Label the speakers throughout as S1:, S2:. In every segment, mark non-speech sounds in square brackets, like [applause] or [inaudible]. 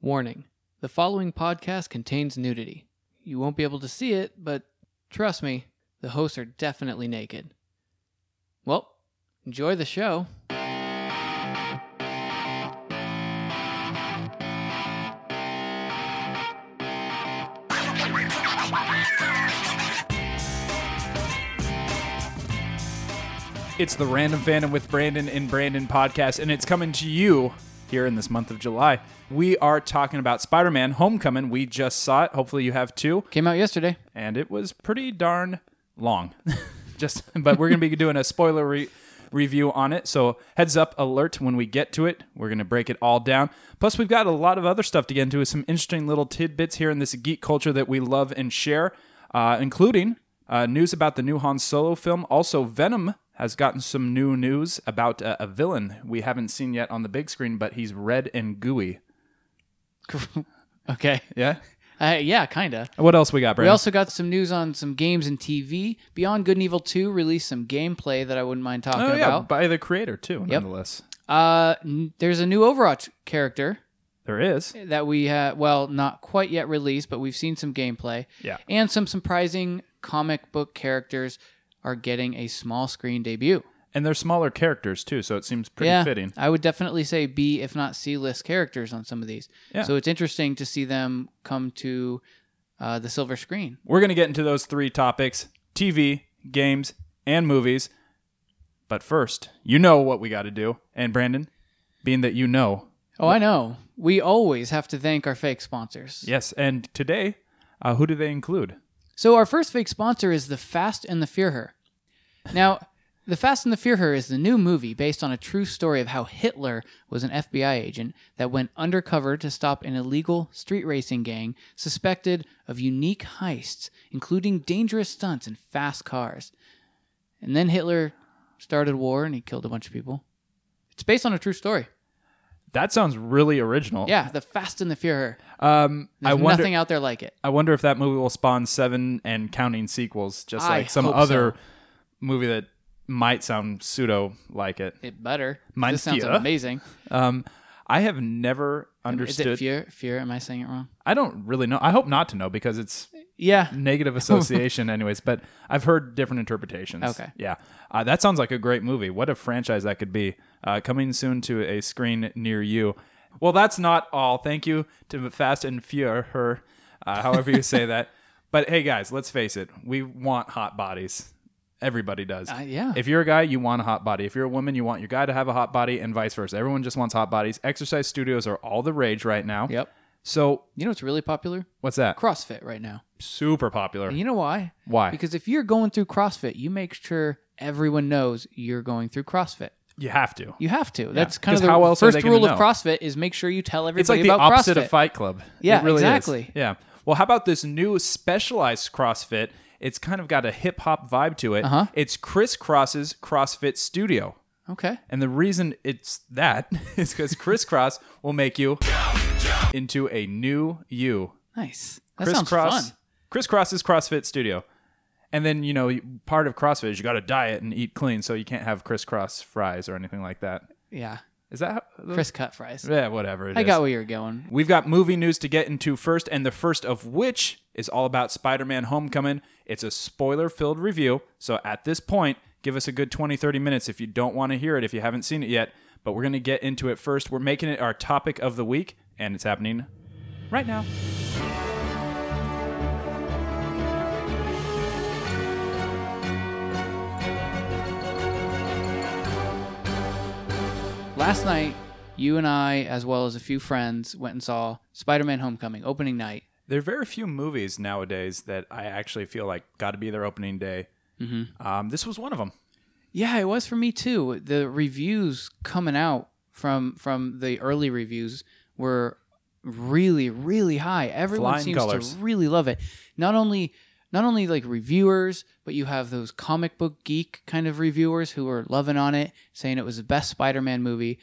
S1: Warning the following podcast contains nudity. You won't be able to see it, but trust me, the hosts are definitely naked. Well, enjoy the show.
S2: It's the Random Fandom with Brandon and Brandon podcast, and it's coming to you here in this month of July. We are talking about Spider Man Homecoming. We just saw it. Hopefully, you have too.
S1: Came out yesterday. [laughs]
S2: And it was pretty darn long. [laughs] just, but we're going to be doing a spoiler re- review on it. So, heads up alert when we get to it. We're going to break it all down. Plus, we've got a lot of other stuff to get into with some interesting little tidbits here in this geek culture that we love and share, uh, including uh, news about the new Han Solo film. Also, Venom has gotten some new news about uh, a villain we haven't seen yet on the big screen, but he's red and gooey.
S1: Okay.
S2: Yeah.
S1: Uh, yeah, kinda.
S2: What else we got,
S1: We
S2: Brandon?
S1: also got some news on some games and TV. Beyond Good and Evil 2 released some gameplay that I wouldn't mind talking
S2: oh yeah,
S1: about.
S2: by the creator too. Nonetheless,
S1: Uh, n- there's a new Overwatch character
S2: there is.
S1: that we have, well, not quite yet released, but we've seen some gameplay.
S2: Yeah.
S1: And some surprising comic book characters are getting a small screen debut.
S2: And they're smaller characters too, so it seems pretty fitting.
S1: I would definitely say B, if not C list characters on some of these.
S2: Yeah.
S1: So it's interesting to see them come to uh, the silver screen.
S2: We're gonna get into those three topics: TV, games, and movies. But first, you know what we got to do, and Brandon, being that you know,
S1: Oh, I know. We always have to thank our fake sponsors.
S2: yes. And today, uh, who do they include?
S1: So our first fake sponsor is The Fast and the Fear Her. Now, The Fast and the Fear Her is the new movie based on a true story of how Hitler was an FBI agent that went undercover to stop an illegal street racing gang suspected of unique heists, including dangerous stunts and fast cars. And then Hitler started war and he killed a bunch of people. It's based on a true story.
S2: That sounds really original.
S1: Yeah, The Fast and the Fear Her.
S2: Um,
S1: There's
S2: I wonder.
S1: nothing out there like it.
S2: I wonder if that movie will spawn seven and counting sequels, just
S1: I
S2: like some
S1: hope
S2: other movie that might sound pseudo like it.
S1: It better.
S2: Mein
S1: this sounds
S2: Führer?
S1: amazing.
S2: Um, I have never understood.
S1: Is it fear? Fear? Am I saying it wrong?
S2: I don't really know. I hope not to know because it's
S1: Yeah. [laughs]
S2: negative association, anyways. But I've heard different interpretations.
S1: Okay.
S2: Yeah, uh, that sounds like a great movie. What a franchise that could be! Uh, coming soon to a screen near you. Well, that's not all. Thank you to Fast and Fuhr, her, uh, however you
S1: [laughs]
S2: say that. But hey, guys, let's face it. We want hot bodies. Everybody does.
S1: Uh, yeah.
S2: If you're a guy, you want a hot body. If you're a woman, you want your guy to have a hot body, and vice versa. Everyone just wants hot bodies. Exercise studios are all the rage right now.
S1: yep.
S2: So
S1: You know what's really popular?
S2: what's that?
S1: CrossFit right now.
S2: Super popular.
S1: And you know why?
S2: Why?
S1: Because if you're going through CrossFit, you make sure everyone knows you're going through CrossFit.
S2: you have to.
S1: You have to. That's kind of
S2: 'Cause
S1: the
S2: how else are
S1: first
S2: they gonna
S1: rule of
S2: know?
S1: CrossFit is make sure you tell everybody
S2: It's like the
S1: about
S2: opposite
S1: CrossFit.
S2: of Fight Club.
S1: Yeah,
S2: it really is.
S1: exactly.
S2: Yeah. Well, how about this new specialized CrossFit? It's kind of got a hip hop vibe to it.
S1: Uh-huh.
S2: It's Chris Cross's CrossFit Studio.
S1: okay.
S2: And the reason it's that [laughs] is because Chris Cross will make you into a new you.
S1: Nice. That
S2: Chris
S1: sounds
S2: Cross.
S1: fun.
S2: Chris Cross's CrossFit Studio. And then, you know, part of CrossFit is you got to diet and eat clean, so you can't have Chris Cross fries or anything like that.
S1: Yeah.
S2: Is that how?
S1: Chris cut fries.
S2: Yeah, whatever. it is.
S1: I got where you're going.
S2: We've got movie news to get into first, and the first of which is all about Spider Man Homecoming. It's a spoiler filled review, so at this point, give us a good 20, 30 minutes if you don't want to hear it, if you haven't seen it yet. But we're going to get into it first. We're making it our topic of the week, and it's happening right now.
S1: Last night, you and I, as well as a few friends, went and saw Spider Man Homecoming opening night.
S2: There are very few movies nowadays that I actually feel like got to be their opening day. Um, this was one of them.
S1: Yeah, it was for me too. The reviews coming out from from the early reviews were really really high. Everyone
S2: Flying
S1: seems
S2: colours.
S1: to really love it. Not only not only like reviewers, but you have those comic book geek kind of reviewers who were loving on it, saying it was the best Spider-Man movie.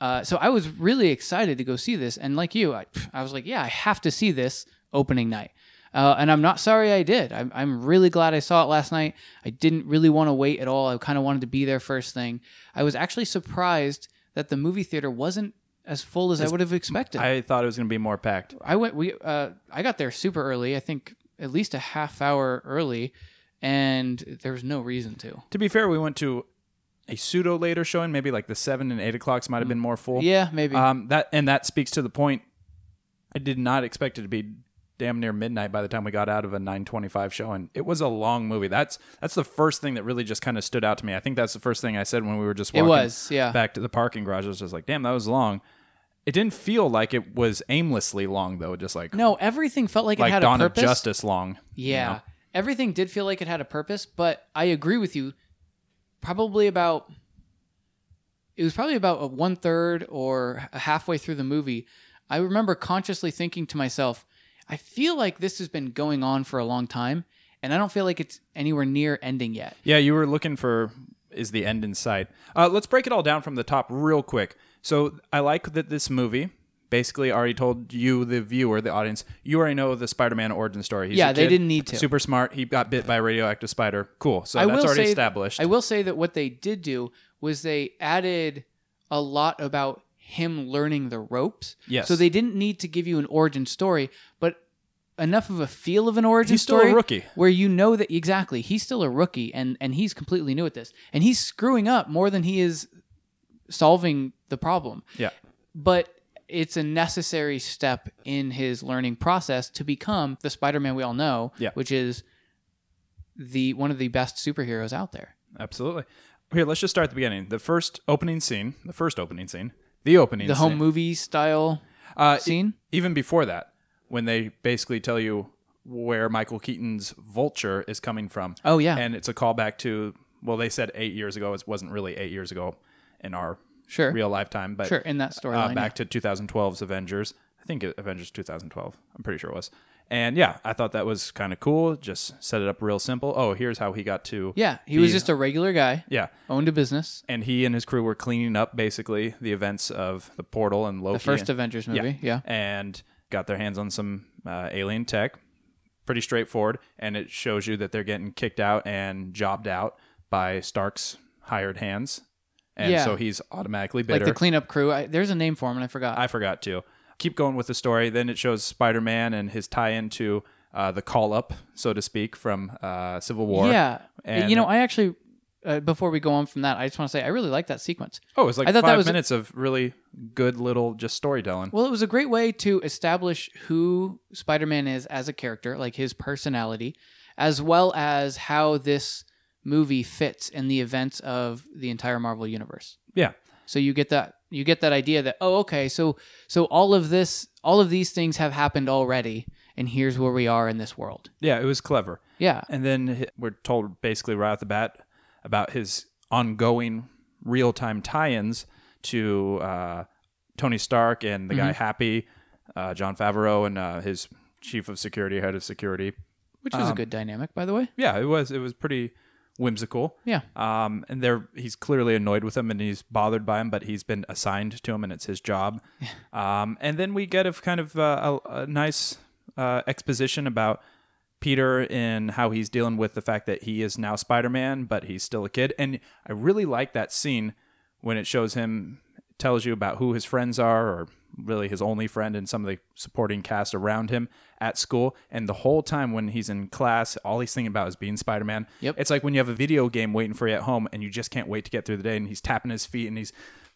S1: Uh, so I was really excited to go see this, and like you, I, I was like, yeah, I have to see this opening night. Uh, and I'm not sorry I did. I'm, I'm really glad I saw it last night. I didn't really want to wait at all. I kind of wanted to be there first thing. I was actually surprised that the movie theater wasn't as full as I would have expected. I,
S2: I thought it was going to be more packed.
S1: went we uh, I got there super early. I think at least a half hour early, and there was no reason to.
S2: To be fair, we went to a pseudo later showing, maybe like the seven and eight o'clocks might have been more full.
S1: Yeah, maybe.
S2: Um, that and that speaks to the point. I did not expect it to be damn near midnight by the time we got out of a 9:25 show, and it was a long movie. That's that's the first thing that really just kind of stood out to me. I think that's the first thing I said when we were just
S1: it
S2: walking
S1: was yeah.
S2: back to the parking garage. I was just like, damn, that was long. It didn't feel like it was aimlessly long though, just like
S1: No, everything felt like, it
S2: like
S1: had a
S2: Dawn of
S1: purpose.
S2: Justice long.
S1: Yeah. Everything did feel like it had a purpose, but I agree with you. Probably about it was probably about a one third or halfway through the movie. I remember consciously thinking to myself, I feel like this has been going on for a long time, and I don't feel like it's anywhere near ending yet.
S2: Yeah, you were looking for is the end in sight. Uh, let's break it all down from the top real quick. So I like that this movie basically already told you, the viewer, the audience, you already know the Spider-Man origin story. He's
S1: Yeah,
S2: a
S1: they
S2: kid,
S1: didn't need to.
S2: Super smart. He got bit by a radioactive spider. Cool. So
S1: I
S2: that's
S1: will
S2: already
S1: say-
S2: established.
S1: I will say that what they did do was they added a lot about him learning the ropes.
S2: Yes.
S1: So they didn't need to give you an origin story, but enough of a feel of an origin
S2: He's still
S1: story
S2: a rookie.
S1: where you know that exactly he's still a rookie and and he's completely new at this and he's screwing up more than he is solving the problem
S2: Yeah.
S1: but it's a necessary step in his learning process to become the spider-man we all know
S2: Yeah.
S1: which is the one of the best superheroes out there
S2: Absolutely. Here, let's just start at the beginning. The first opening scene, the first opening scene, the opening
S1: the
S2: scene.
S1: home movie style
S2: Uh,
S1: scene
S2: even before that, when they basically tell you where Michael Keaton's Vulture is coming from.
S1: Oh, yeah.
S2: and it's a callback to well, they said eight years ago. It wasn't really eight years ago in our
S1: sure
S2: real lifetime, but
S1: sure in that storyline
S2: uh, back to 2012's Avengers. I think it- Avengers 2012. I'm pretty sure it was. And yeah, I thought that was kind of cool. Just set it up real simple. Oh, here's how he got to
S1: yeah he was just a regular guy
S2: yeah.
S1: owned a business
S2: And he and his crew were cleaning up basically the events of the portal and Loki.
S1: the first
S2: and-
S1: avengers movie yeah.
S2: and got their hands on some uh, alien tech. Pretty straightforward, and it shows you that they're getting kicked out and jobbed out by Stark's hired hands, and
S1: Yeah.
S2: so he's automatically
S1: like
S2: bitter.
S1: the cleanup crew I, there's a name for him and i forgot
S2: I forgot to keep going with the story. Then it shows Spider-Man and his tie-in to uh, the call-up, so to speak, from uh, Civil War.
S1: Yeah,
S2: and-
S1: you know, I actually uh, before we go on from that, I just want to say I really like that sequence.
S2: Oh, it was like
S1: I thought
S2: five
S1: that was-
S2: minutes of really good little just storytelling.
S1: Well, it was a great way to establish who Spider-Man is as a character, like his personality, as well as how this movie fits in the events of the entire Marvel universe.
S2: yeah,
S1: So you get that you get that idea that oh, okay, so so all of this, all of these things have happened already, and here's where we are in this world.
S2: yeah, it was clever.
S1: Yeah,
S2: And then h- we're told basically right off the bat about his ongoing real time tie ins to uh, Tony Stark and the guy Happy, uh, John Favreau, and uh, his chief of security, head of security.
S1: which
S2: um,
S1: was a good dynamic, by the way.
S2: Yeah, it was it was pretty whimsical.
S1: Yeah,
S2: Um, and they're he's clearly annoyed with him and he's bothered by him, but he's been assigned to him and it's his job. um, and then we get a f- kind of uh, a, a nice uh, exposition about Peter and how he's dealing with the fact that he is now Spider Man, but he's still a kid. And I really like that scene when it shows him tells you about who his friends are or really his only friend and some of the supporting cast around him at school and the whole time when he's in class all he's thinking about is being spider-man
S1: Yep.
S2: it's like when you have a video game waiting for you at home and you just can't wait to get through the day and he's tapping his feet and he's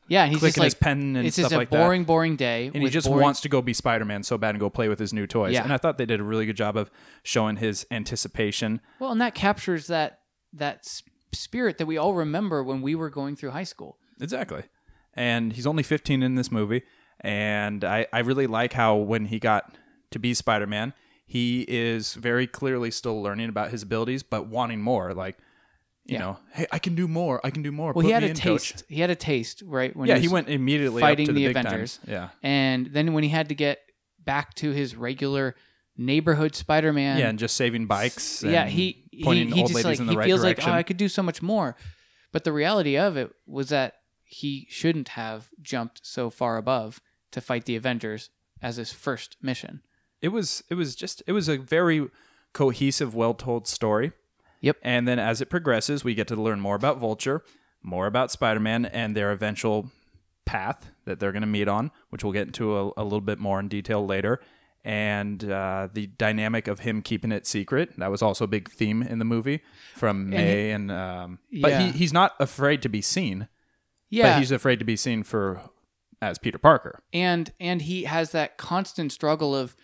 S1: yeah, he's just
S2: Clicking
S1: like
S2: his pen and
S1: it's just
S2: stuff
S1: a
S2: like that.
S1: boring, boring day,
S2: and he
S1: with
S2: just
S1: boring
S2: wants to go be Spider-Man so bad and go play with his new toys.
S1: Yeah.
S2: And I thought they did a really good job of showing his anticipation.
S1: Well, and that captures that that s- spirit that we all remember when we were going through high school.
S2: Exactly. And he's only 15 in this movie, and I I really like how when he got to be Spider-Man, he is very clearly still learning about his abilities but wanting more like you
S1: Yeah.
S2: know, hey, I can do more. I can do more.
S1: Well,
S2: Put
S1: he had
S2: me
S1: a
S2: in, coach."
S1: taste. He had a taste, right? When
S2: Yeah,
S1: was-
S2: he went immediately
S1: fighting
S2: up to
S1: the
S2: the, big
S1: Avengers.
S2: Time. Yeah.
S1: and then when he had to get back to his regular neighborhood Spider-Man.
S2: yeah, and just saving bikes.
S1: yeah,
S2: and
S1: he he,
S2: pointing
S1: he
S2: old
S1: just like
S2: ladies in the
S1: he
S2: right
S1: feels
S2: direction.
S1: like oh, I could do so much more, but the reality of it was that he shouldn't have jumped so far above to fight the Avengers as his first mission.
S2: it was it was just it was a very cohesive well told story
S1: Yep.
S2: and then as it progresses we get to learn more about vulture more about spider-man and their eventual path that they're going to meet on, which we'll get into a, a little bit more in detail later, and uh, the dynamic of him keeping it secret. That was also a big theme in the movie from May and. um, but
S1: Yeah.
S2: he, he's not afraid to be seen,
S1: yeah
S2: but he's afraid to be seen for as Peter Parker.
S1: and and he has that constant struggle of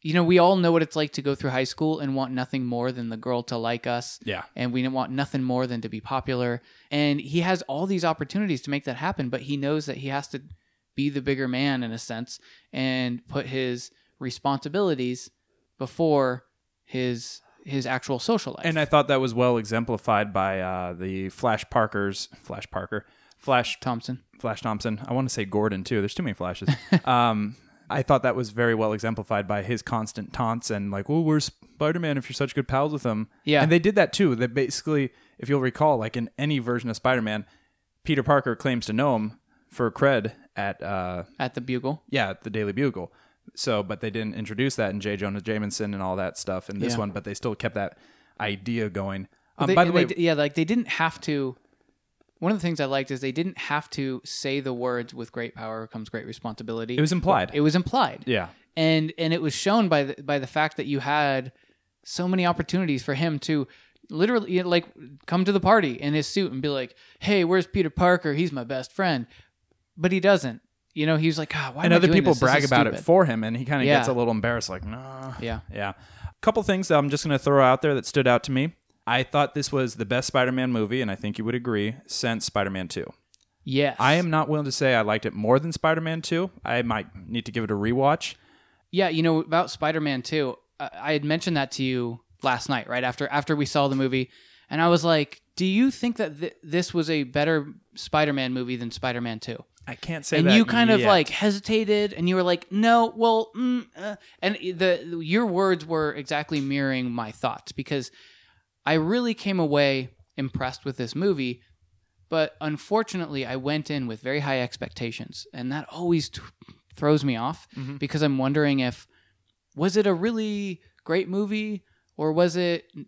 S1: you know we all know what it's like to go through high school and want nothing more than the girl to like us
S2: Yeah.
S1: and we want nothing more than to be popular and he has all these opportunities to make that happen but he knows that he has to be the bigger man in a sense and put his responsibilities before his his actual social life
S2: And I thought that was well exemplified by uh, the Flash Parkers, Flash Parker, Flash
S1: thompson
S2: Flash Thompson. I want to say Gordon too. There's too many flashes. um, I thought that was very well exemplified by his constant taunts and like, "Oh, where's Spider-Man if you're such good pals with him?"
S1: Yeah.
S2: and they did that too. That basically, if you'll recall, like in any version of Spider-Man, Peter Parker claims to know him for cred at uh,
S1: at the bugle
S2: yeah, at the Daily Bugle. So, but they didn't introduce that in J. Jonah Jameson and all that stuff in this
S1: Yeah.
S2: one, but they still kept that idea going. Um,
S1: They-
S2: by the
S1: and they
S2: way,
S1: d- yeah, like they didn't have to. One of the things I liked is they didn't have to say the words "with great power comes great responsibility."
S2: it was implied.
S1: it was implied,
S2: yeah.
S1: and and it was shown by the, by the fact that you had so many opportunities for him to literally you know, like come to the party in his suit and be like, "Hey, where's Peter Parker? He's my best friend," but he doesn't. You know, he's like, "Ah, why?" am
S2: and
S1: I
S2: other
S1: doing
S2: people
S1: this? This
S2: brag
S1: is
S2: about it
S1: stupid."
S2: for him, and he kind of
S1: Yeah.
S2: gets a little embarrassed, like, nah.
S1: yeah,
S2: Yeah. A couple things that I'm just going to throw out there that stood out to me. I thought this was the best Spider Man movie, and I think you would agree, since Spider Man 2.
S1: yes.
S2: I am not willing to say I liked it more than Spider Man 2. I might need to give it a rewatch.
S1: Yeah, you know about Spider-Man too. I, I had mentioned that to you last night, right after after we saw the movie, and I was like, "Do you think that th- this was a better Spider-Man movie than Spider-Man 2?
S2: I can't say
S1: And
S2: that.
S1: you kind of
S2: yet.
S1: like hesitated, and you were like, "No, well," mm, uh. and the your words were exactly mirroring my thoughts because I really came away impressed with this movie. But unfortunately, I went in with very high expectations, and that always t- throws me off
S2: Mhm.
S1: because I'm wondering if was it a really great movie or was it n-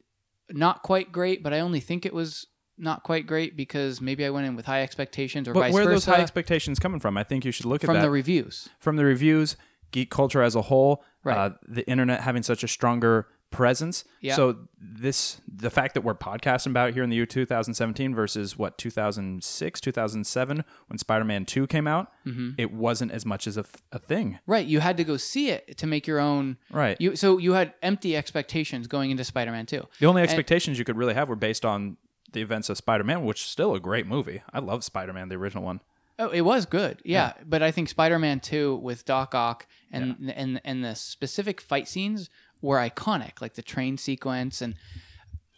S1: not quite great? But I only think it was not quite great because maybe I went in with high expectations or
S2: But
S1: vice
S2: where are those
S1: versa
S2: high expectations coming from? I think you should look
S1: from
S2: at that.
S1: the reviews.
S2: from the reviews, geek culture as a whole,
S1: Right.
S2: uh, the internet having such a stronger presence.
S1: Yeah.
S2: So this, the fact that we're podcasting about it here in the year 2017 versus what 2006, 2007 when Spider-Man 2 came out,
S1: Mm-hmm.
S2: it wasn't as much as a, f- a thing,
S1: Right, you had to go see it to make your own.
S2: right?
S1: You so you had empty expectations going into Spider-Man 2.
S2: the only expectations you could really have were based on the events of Spider-Man, which is still a great movie. I love Spider-Man, the original one.
S1: Oh, it was good. Yeah, but I think Spider-Man 2 with Doc Ock and and and the specific fight scenes were iconic, like the train sequence and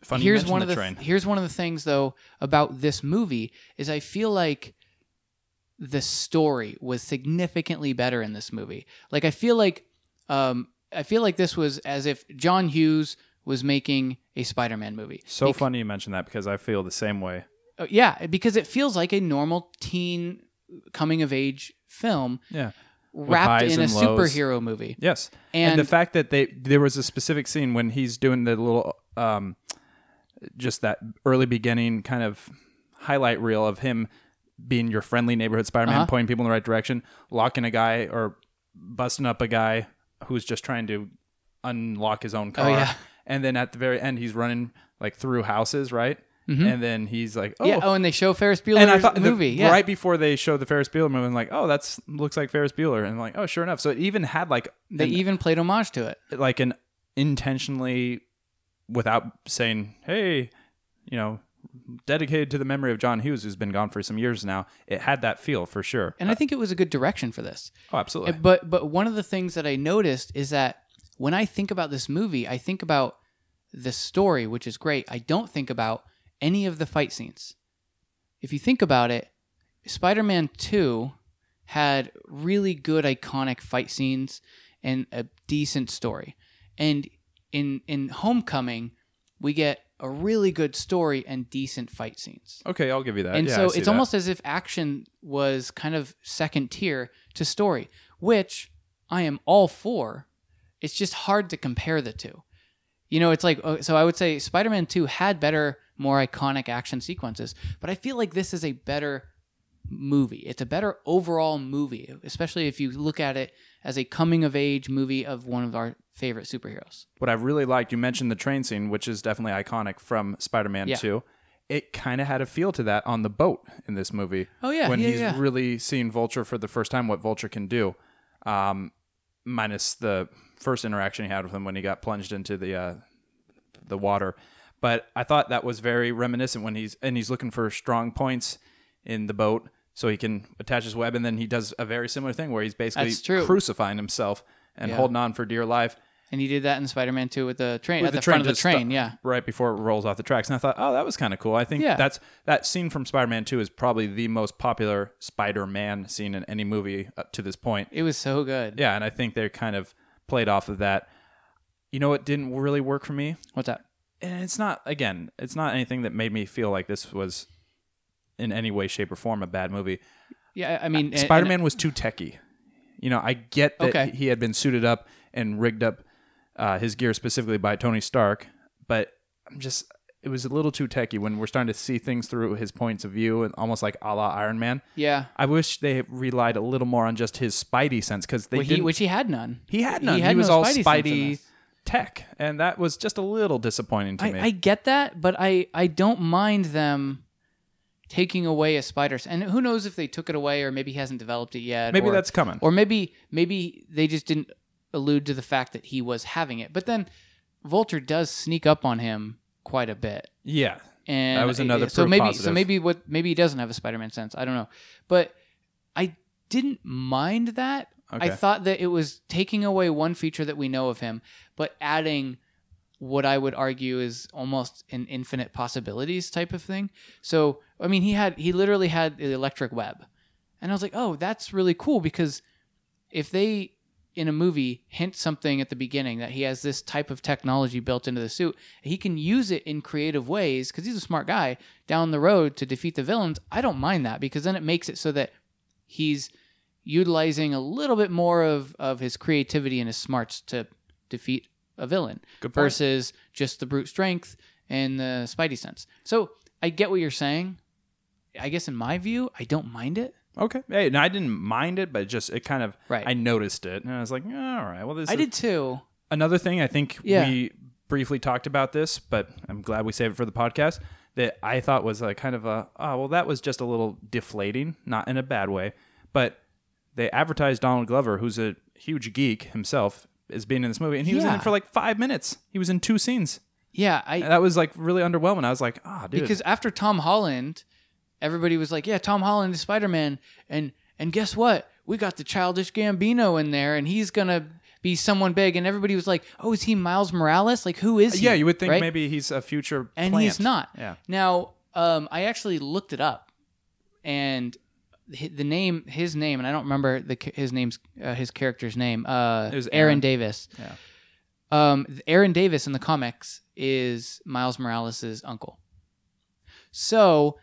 S2: Funny you
S1: here's
S2: mentioned
S1: one of
S2: the
S1: the
S2: train.
S1: here's one of the things though about this movie is I feel like the story was significantly better in this movie. Like I feel like um I feel like this was as if John Hughes was making a Spider-Man movie.
S2: so
S1: Bec-
S2: funny you mentioned that because I feel the same way.
S1: uh, yeah, because it feels like a normal teen coming of age film
S2: Yeah.
S1: wrapped
S2: highs
S1: in a
S2: and lows.
S1: superhero movie.
S2: Yes, and,
S1: And-
S2: the fact that they there was a specific scene when he's doing the little, um, just that early beginning kind of highlight reel of him being your friendly neighborhood Spider-Man,
S1: Uh-huh.
S2: pointing people in the right direction, locking a guy or busting up a guy who's just trying to unlock his own car,
S1: Oh, yeah.
S2: and then at the very end he's running like through houses, right? And then he's like, oh.
S1: Mm-hmm. Yeah. Oh, and they show Ferris Bueller's
S2: And I thought the-
S1: movie. yeah.
S2: right before they showed the Ferris Bueller movie, I'm like, oh, that's looks like Ferris Bueller, and I'm like, oh, sure enough. So it even had like
S1: They
S2: an
S1: even played homage to it.
S2: like an intentionally without saying hey you know dedicated to the memory of john hughes who's been gone for some years now it had that feel for sure
S1: And I think it was a good direction for this.
S2: oh absolutely
S1: But but one of the things that I noticed is that when I think about this movie, I think about the story, which is great. I don't think about any of the fight scenes. If you think about it, Spider-Man 2 had really good iconic fight scenes and a decent story. And in in Homecoming, we get a really good story and decent fight scenes.
S2: okay i'll give you that
S1: And
S2: Uh, Yeah, I
S1: so
S2: see
S1: it's
S2: that.
S1: almost as if action was kind of second tier to story, which I am all for. It's just hard to compare the two. You know, it's like, uh, so I would say Spider Man 2 had better, more iconic action sequences, but I feel like this is a better movie. It's a better overall movie, especially if you look at it as a coming of age movie of one of our favorite superheroes.
S2: What I really liked, you mentioned the train scene, which is definitely iconic from Spider Man
S1: Yeah.
S2: 2. It kind of had a feel to that on the boat in this movie.
S1: Oh, yeah,
S2: When
S1: yeah,
S2: he's
S1: yeah.
S2: really seeing Vulture for the first time, what Vulture can do, um, minus the first interaction he had with him when he got plunged into the uh, the water. But I thought that was very reminiscent when he's and he's looking for strong points in the boat so he can attach his web, and then he does a very similar thing where he's basically
S1: That's true.
S2: crucifying himself and
S1: Yeah.
S2: holding on for dear life.
S1: And he did that in Spider Man 2 with the train,
S2: With
S1: at the, front of the
S2: just
S1: train.
S2: sto-
S1: yeah.
S2: right before it rolls off the tracks. And I thought, oh, that was kind of cool. I think
S1: Yeah.
S2: that's that scene from Spider-Man Two is probably the most popular Spider-Man scene in any movie up to this point.
S1: It was so good.
S2: Yeah, and I think they kind of played off of that. You know, what didn't really work for me,
S1: What's that?
S2: and it's not again, it's not anything that made me feel like this was in any way, shape, or form a bad movie.
S1: Yeah, I mean, and-
S2: Spider Man was too techy. You know, I get that
S1: Okay.
S2: he had been suited up and rigged up uh, his gear specifically by Tony Stark, but I'm just it was a little too techy when we're starting to see things through his points of view and almost like a la Iron Man.
S1: and- yeah.
S2: I wish they relied a little more on just his Spidey sense because they
S1: Well, he,
S2: didn't.
S1: which he had none.
S2: he had none. He, was all
S1: sense in
S2: Spidey
S1: this.
S2: tech, and that was just a little disappointing to me.
S1: I, I get that, but I, I don't mind them taking away a spider. And who knows if they took it away or maybe he hasn't developed it yet.
S2: Maybe
S1: or-
S2: that's coming.
S1: Or maybe maybe they just didn't allude to the fact that he was having it. But then Vulture does sneak up on him quite a bit.
S2: yeah,
S1: And
S2: That was another
S1: so
S2: proof
S1: maybe so
S2: positive.
S1: maybe what maybe he doesn't have a Spider-Man sense. I don't know. But I didn't mind that. I
S2: Okay.
S1: thought that it was taking away one feature that we know of him, but adding what I would argue is almost an infinite possibilities type of thing. So, I mean, he had he literally had the electric web. And I was like, "Oh, that's really cool because if they in a movie hint something at the beginning that he has this type of technology built into the suit, he can use it in creative ways cuz he's a smart guy down the road to defeat the villains. I don't mind that because then it makes it so that he's utilizing a little bit more of, of his creativity and his smarts to defeat a villain
S2: Good point.
S1: versus just the brute strength and the spidey sense. So I get what you're saying. I guess in my view, I don't mind it.
S2: Okay. Hey, and I didn't mind it, but just it kind of
S1: Right.
S2: I noticed it, and I was like, all right, well, this
S1: I
S2: is
S1: did too.
S2: another thing I think
S1: Yeah.
S2: we briefly talked about this, but I'm glad we saved it for the podcast. That I thought was a kind of a oh well that was just a little deflating, not in a bad way, but they advertised Donald Glover, who's a huge geek himself, as being in this movie, and he was in
S1: Yeah.
S2: it for like five minutes. He was in two scenes.
S1: Yeah, I
S2: And that was like really underwhelming. I was like, ah, dude,
S1: because after Tom Holland, everybody was like, "Yeah, Tom Holland is Spider Man," and and guess what? We got the childish Gambino in there, and he's gonna be someone big. And everybody was like, "Oh, is he Miles Morales? Like, who is he?"
S2: yeah, you would think
S1: Right?
S2: maybe he's a future,
S1: and
S2: plant.
S1: he's not.
S2: Yeah.
S1: Now, um, I actually looked it up, and hi- the name, his name, and I don't remember the ca- his name's uh, his character's name. Uh,
S2: It was
S1: Aaron
S2: Aaron.
S1: Davis.
S2: Yeah.
S1: Um, th- Aaron Davis in the comics is Miles Morales' uncle. So,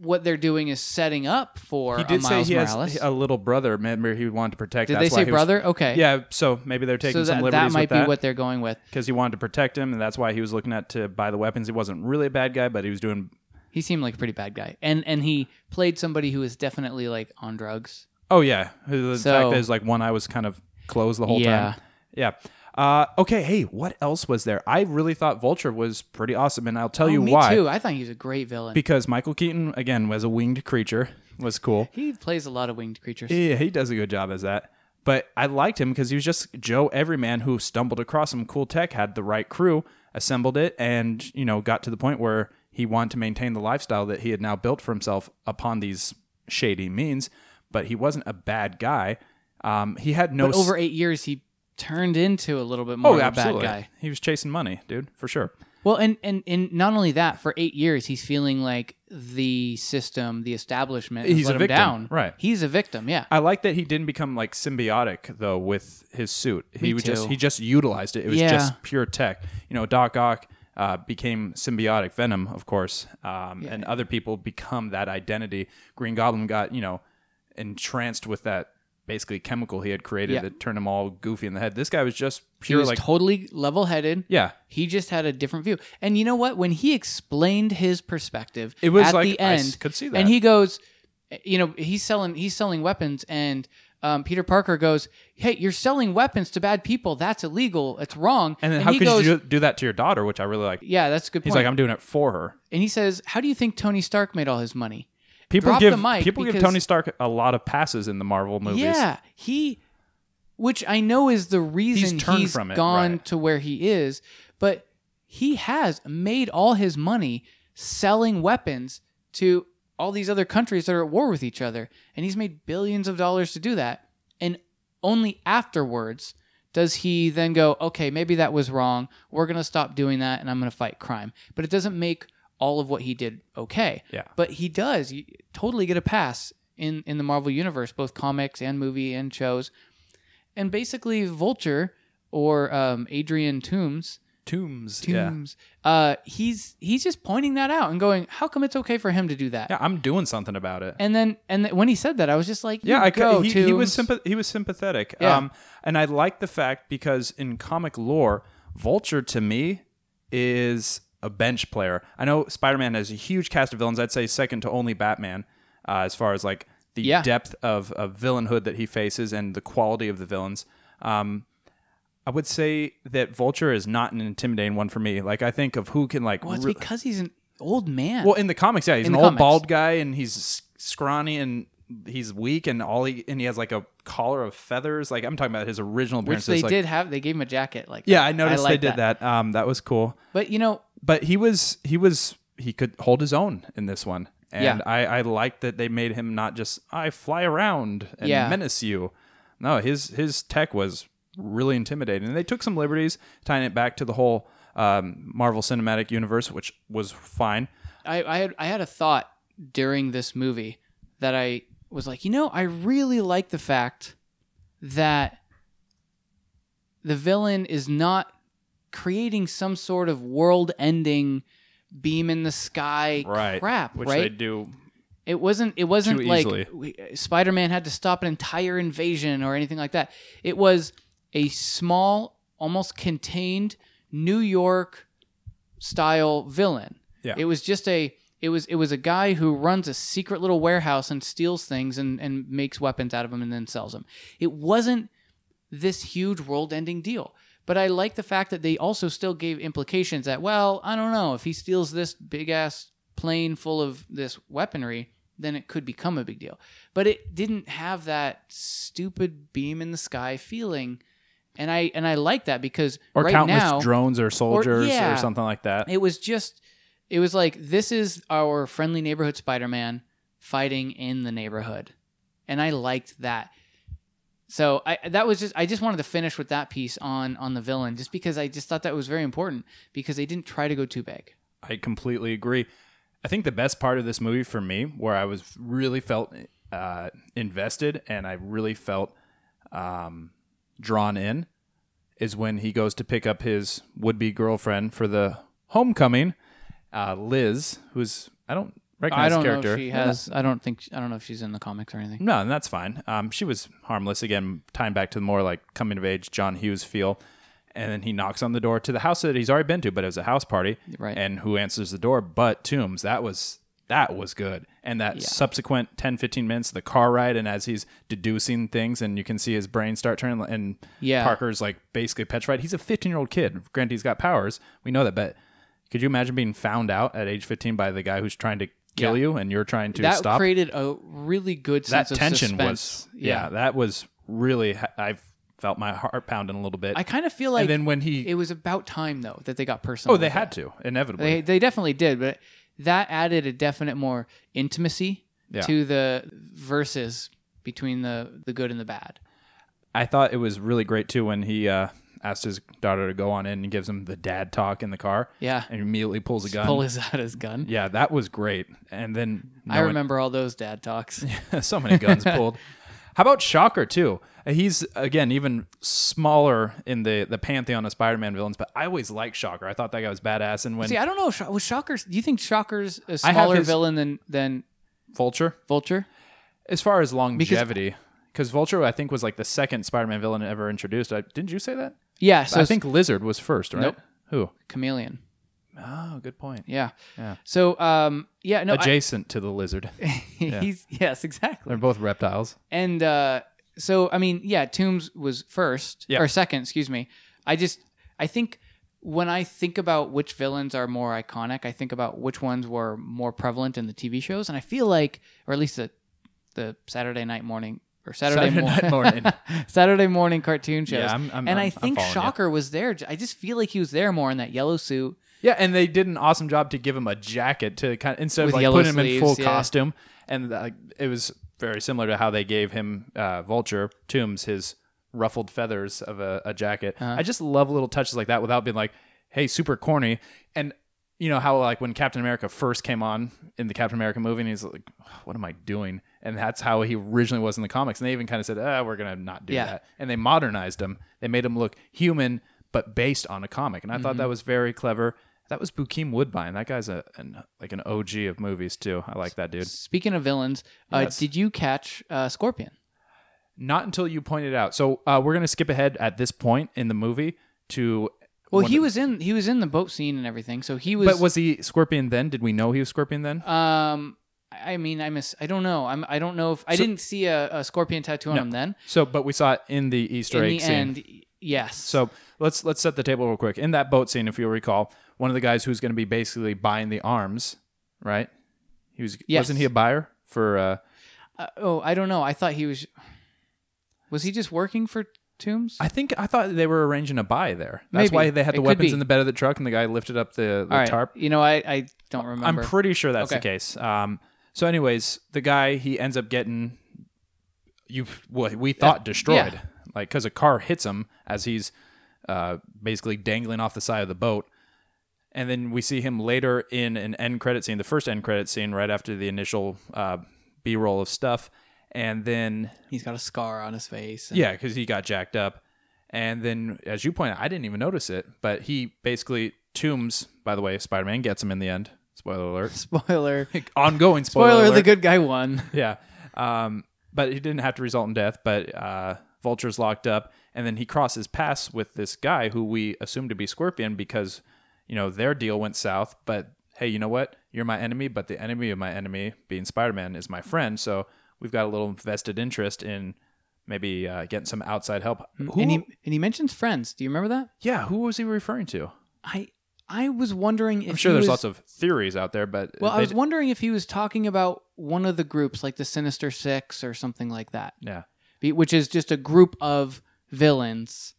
S1: what they're doing is setting up for
S2: He
S1: a
S2: did say
S1: Miles
S2: he
S1: Morales.
S2: has a little brother. Remember, he wanted to protect.
S1: did
S2: that's
S1: they
S2: why
S1: say
S2: he was-
S1: brother? okay.
S2: Yeah, so maybe they're taking
S1: So
S2: some
S1: that, that
S2: liberties
S1: might
S2: with
S1: be
S2: that
S1: what they're going with.
S2: because he wanted to protect him, and that's why he was looking at to buy the weapons. He wasn't really a bad guy, but he was doing.
S1: He seemed like a pretty bad guy, and and he played somebody who was definitely like on drugs.
S2: Oh yeah, the
S1: So-
S2: fact is like one eye was kind of closed the whole
S1: Yeah.
S2: time. Yeah. Uh, okay. Hey, what else was there? I really thought Vulture was pretty awesome, and I'll tell
S1: Oh,
S2: you
S1: me
S2: why.
S1: too. I thought he was a great villain.
S2: Because Michael Keaton again was a winged creature, was cool.
S1: he plays a lot of winged creatures.
S2: Yeah, he does a good job as that. But I liked him because he was just Joe Everyman who stumbled across some cool tech, had the right crew, assembled it, and you know got to the point where he wanted to maintain the lifestyle that he had now built for himself upon these shady means. But he wasn't a bad guy. Um, he had no
S1: but
S2: s-
S1: over eight years, he turned into a little bit more
S2: oh,
S1: of a
S2: absolutely.
S1: bad guy.
S2: He was chasing money, dude, for sure.
S1: Well, and, and and not only that, for eight years, he's feeling like the system, the establishment, has
S2: He's
S1: let
S2: a
S1: him
S2: victim,
S1: down.
S2: right.
S1: He's a victim. Yeah.
S2: I like that he didn't become like symbiotic though with his suit. He
S1: Me
S2: would just
S1: too.
S2: he just utilized it. It was
S1: Yeah.
S2: just pure tech. You know, Doc Ock uh, became symbiotic Venom, of course, um, and other people become that identity. Green Goblin got you know entranced with that basically chemical he had created
S1: Yeah.
S2: that turned him all goofy in the head. This guy was just
S1: He
S2: pure
S1: was
S2: like
S1: totally level-headed.
S2: yeah.
S1: He just had a different view. And you know what? When he explained his perspective
S2: It was
S1: at
S2: like,
S1: the
S2: I
S1: end,
S2: s- could see that.
S1: And he goes, you know he's selling he's selling weapons and um, Peter Parker goes, "Hey, you're selling weapons to bad people. That's illegal. It's wrong."
S2: And then how
S1: he
S2: could
S1: goes,
S2: you do, do that to your daughter, which I really like?
S1: "Yeah, that's a good
S2: He's
S1: point."
S2: like, I'm doing it for her.
S1: and he says, "How do you think Tony Stark made all his money?"
S2: People
S1: Drop the
S2: give
S1: mic
S2: people give
S1: because-
S2: Tony Stark a lot of passes in the Marvel movies.
S1: Yeah, he, which I know is the reason he's,
S2: turned from it,
S1: gone
S2: right.
S1: to where he is, but he has made all his money selling weapons to all these other countries that are at war with each other, and he's made billions of dollars to do that. And only afterwards does he then go, okay, maybe that was wrong. We're gonna stop doing that, and I'm gonna fight crime. But it doesn't make all of what he did okay
S2: Yeah.
S1: but he does you totally get a pass in in the Marvel universe, both comics and movie and shows. And basically, Vulture or um, Adrian Toomes,
S2: Tombs. Yeah.
S1: Toomes, uh, he's he's just pointing that out and going, "How come it's okay for him to do that?"
S2: Yeah, I'm doing something about it.
S1: And then and th- when he said that, I was just like,
S2: yeah,
S1: "You
S2: I
S1: go,
S2: could, he, he was
S1: Toomes."
S2: sympath- he was sympathetic.
S1: Yeah.
S2: Um and I like the fact because in comic lore, Vulture to me is a bench player. I know Spider-Man has a huge cast of villains. I'd say second to only Batman uh, as far as like the
S1: Yeah.
S2: depth of, of villainhood that he faces and the quality of the villains. Um, I would say that Vulture is not an intimidating one for me. Like I think of who can like
S1: Well, it's
S2: re-
S1: because he's an old man.
S2: well, in the comics, yeah, he's
S1: In
S2: an
S1: the
S2: old
S1: comics.
S2: bald guy, and he's s- scrawny and he's weak, and all he and he has like a collar of feathers. Like I'm talking about his original
S1: which
S2: appearance.
S1: they
S2: it's like-
S1: did have. They gave him a jacket. Like,
S2: Yeah,
S1: that.
S2: I noticed
S1: like
S2: they did that. Um, that was cool.
S1: But you know,
S2: But he was he was he could hold his own in this one, and
S1: Yeah.
S2: I I liked that they made him not just I fly around and
S1: Yeah.
S2: menace you. No, his his tech was really intimidating, and they took some liberties tying it back to the whole um, Marvel Cinematic Universe, which was fine.
S1: I, I had I had a thought during this movie that I was like, you know, I really like the fact that the villain is not creating some sort of world-ending beam in the sky
S2: Right.
S1: crap,
S2: Which
S1: right?
S2: they do
S1: It wasn't. It wasn't
S2: Too easily.
S1: like we, Spider-Man had to stop an entire invasion or anything like that. It was a small, almost contained New York style villain.
S2: Yeah.
S1: It was just a. It was. It was a guy who runs a secret little warehouse and steals things and and makes weapons out of them and then sells them. It wasn't this huge world-ending deal. But I like the fact that they also still gave implications that, well, I don't know, if he steals this big ass plane full of this weaponry, then it could become a big deal. But it didn't have that stupid beam in the sky feeling. And I and I like that because
S2: or
S1: right
S2: countless
S1: now
S2: drones or soldiers or,
S1: yeah.
S2: something like that.
S1: it was just it was like this is our friendly neighborhood Spider-Man fighting in the neighborhood. And I liked that. So I that was just I just wanted to finish with that piece on on the villain just because I just thought that was very important because they didn't try to go too big.
S2: I completely agree. I think the best part of this movie for me, where I was really felt uh, invested and I really felt um, drawn in, is when he goes to pick up his would-be girlfriend for the homecoming, uh, Liz, who's I don't recognize
S1: I don't
S2: the character.
S1: know if she has I don't think I don't know if she's in the comics or anything.
S2: No, and that's fine. Um, she was harmless again, tying back to the more like coming of age John Hughes feel. And then he knocks on the door to the house that he's already been to, but it was a house party.
S1: Right.
S2: And who answers the door but Tombs. That was that was good. And that subsequent 10, 15 minutes, the car ride, and as he's deducing things, and you can see his brain start turning. And
S1: Yeah.
S2: Parker's like basically petrified. He's a 15 year old kid. Granted, he's got powers. We know that, but could you imagine being found out at age 15 by the guy who's trying to kill
S1: Yeah.
S2: you and you're trying to
S1: that
S2: stop
S1: created a really good
S2: that
S1: sense of
S2: tension
S1: suspense.
S2: was yeah, that was really i felt my heart pounding a little bit
S1: I kind of feel like
S2: and then when he
S1: it was about time though that they got personal.
S2: oh they
S1: with it.
S2: had to inevitably
S1: They they definitely did, but that added a definite more intimacy
S2: Yeah.
S1: to the verses between the the good and the bad.
S2: i thought it was really great too when he uh asked his daughter to go on in and gives him the dad talk in the car
S1: Yeah.
S2: and immediately pulls a gun
S1: Pull his [laughs] out his gun.
S2: yeah that was great and then
S1: I
S2: knowing-
S1: remember all those dad
S2: [laughs]
S1: talks.
S2: so
S1: [laughs]
S2: many guns pulled. How about Shocker too? Uh, He's again even smaller in the the pantheon of Spider-Man villains, but I always liked Shocker. I thought that guy was badass. And when
S1: See, I don't know. if Sho- Was Shocker's? Do you think Shocker's a
S2: I have
S1: smaller
S2: his-
S1: villain than than
S2: Vulture,
S1: Vulture?
S2: as far as longevity, because Vulture I think was like the second Spider-Man villain ever introduced. I, didn't you say that?
S1: Yeah. So
S2: I
S1: it's
S2: think Lizard was first, right?
S1: Nope.
S2: Who?
S1: Chameleon.
S2: Oh, good point.
S1: Yeah.
S2: Yeah.
S1: So, um, yeah, no, I- [laughs]
S2: Adjacent to the lizard.
S1: he's yes,
S2: They're
S1: exactly.
S2: both reptiles.
S1: And uh, so, I mean, yeah, Tombs was first
S2: Yeah.
S1: or second, excuse me. I just, I think when I think about which villains are more iconic, I think about which ones were more prevalent in the TV shows, and I feel like, or at least the the Saturday night morning or Saturday,
S2: Saturday
S1: mor-
S2: night morning.
S1: [laughs] Saturday morning cartoon shows.
S2: Yeah, I'm- I'm-
S1: and i
S2: I'm- I'm
S1: think
S2: following you.
S1: Shocker was there. j- I just feel like he was there more in that yellow suit.
S2: Yeah, and they did an awesome job to give him a jacket to kind of instead
S1: With
S2: of like
S1: yellow
S2: putting him in full
S1: sleeves, yeah.
S2: costume, and uh, like it was very similar to how they gave him uh, Vulture Tombs his ruffled feathers of a, a jacket.
S1: Uh-huh.
S2: I just love little touches like that without being like, "Hey, super corny." And you know how like when Captain America first came on in the Captain America movie, and he's like, "What am I doing?" And that's how he originally was in the comics. And they even kind of said, "Ah, we're gonna not do
S1: Yeah.
S2: that." and they modernized him. They made him look human, but based on a comic. And I thought
S1: Mm-hmm.
S2: that was very clever. That was Bukim Woodbine. That guy's a an, like an OG of movies too. I like that dude.
S1: Speaking of villains, uh,
S2: Yes.
S1: did you catch uh, Scorpion?
S2: Not until you pointed out. So uh, we're gonna skip ahead at this point in the movie to.
S1: Well,
S2: one
S1: he
S2: of-
S1: was in he was in the boat scene and everything, so he was.
S2: But was he Scorpion then? Did we know he was Scorpion then?
S1: um, I I mean, I miss. I don't know. I'm. I don't know if I didn't see a, a scorpion tattoo on him then.
S2: so, but we saw it in the Easter
S1: In
S2: egg
S1: the
S2: scene.
S1: end, y- yes.
S2: So let's let's set the table real quick. In that boat scene, if you recall, one of the guys who's going to be basically buying the arms, right? He was
S1: Yes.
S2: wasn't he a buyer for uh,
S1: Uh, oh, I don't know. I thought he was. Was he just working for Tombs?
S2: I think I thought they were arranging a buy there. That's
S1: Maybe.
S2: why they had
S1: It
S2: the
S1: could
S2: weapons
S1: be.
S2: in the bed of the truck, and the guy lifted up the, the
S1: All right.
S2: tarp.
S1: You know, I I don't remember.
S2: I'm pretty sure that's the
S1: Okay.
S2: case. Um, so, anyways, the guy he ends up getting you what we thought destroyed, Like 'cause like because a car hits him as he's uh, basically dangling off the side of the boat. And then we see him later in an end credit scene, the first end credit scene, right after the initial uh, B roll of stuff. And then
S1: He's got a scar on his face. and-
S2: yeah, because he got jacked up. And then, as you point out, I didn't even notice it, but he basically tombs, by the way, Spider Man gets him in the end. Spoiler alert.
S1: [laughs] [laughs] Spoiler.
S2: Ongoing spoiler,
S1: Spoiler.
S2: alert.
S1: The good guy won.
S2: Yeah. Um, but he didn't have to result in death, but uh, Vulture's locked up. And then he crosses paths with this guy who we assume to be Scorpion because, you know, their deal went south. But hey, you know what? You're my enemy, but the enemy of my enemy, being Spider Man, is my friend. So we've got a little vested interest in maybe uh, getting some outside help. Who-
S1: Mm, And he and he mentions friends. Do you remember that?
S2: yeah, who was he referring to?
S1: I I was wondering if
S2: I'm
S1: he
S2: sure there's
S1: was,
S2: lots of theories out there, but
S1: Well, I
S2: they-
S1: was wondering if he was talking about one of the groups, like the Sinister Six or something like that,
S2: yeah,
S1: be- which is just a group of villains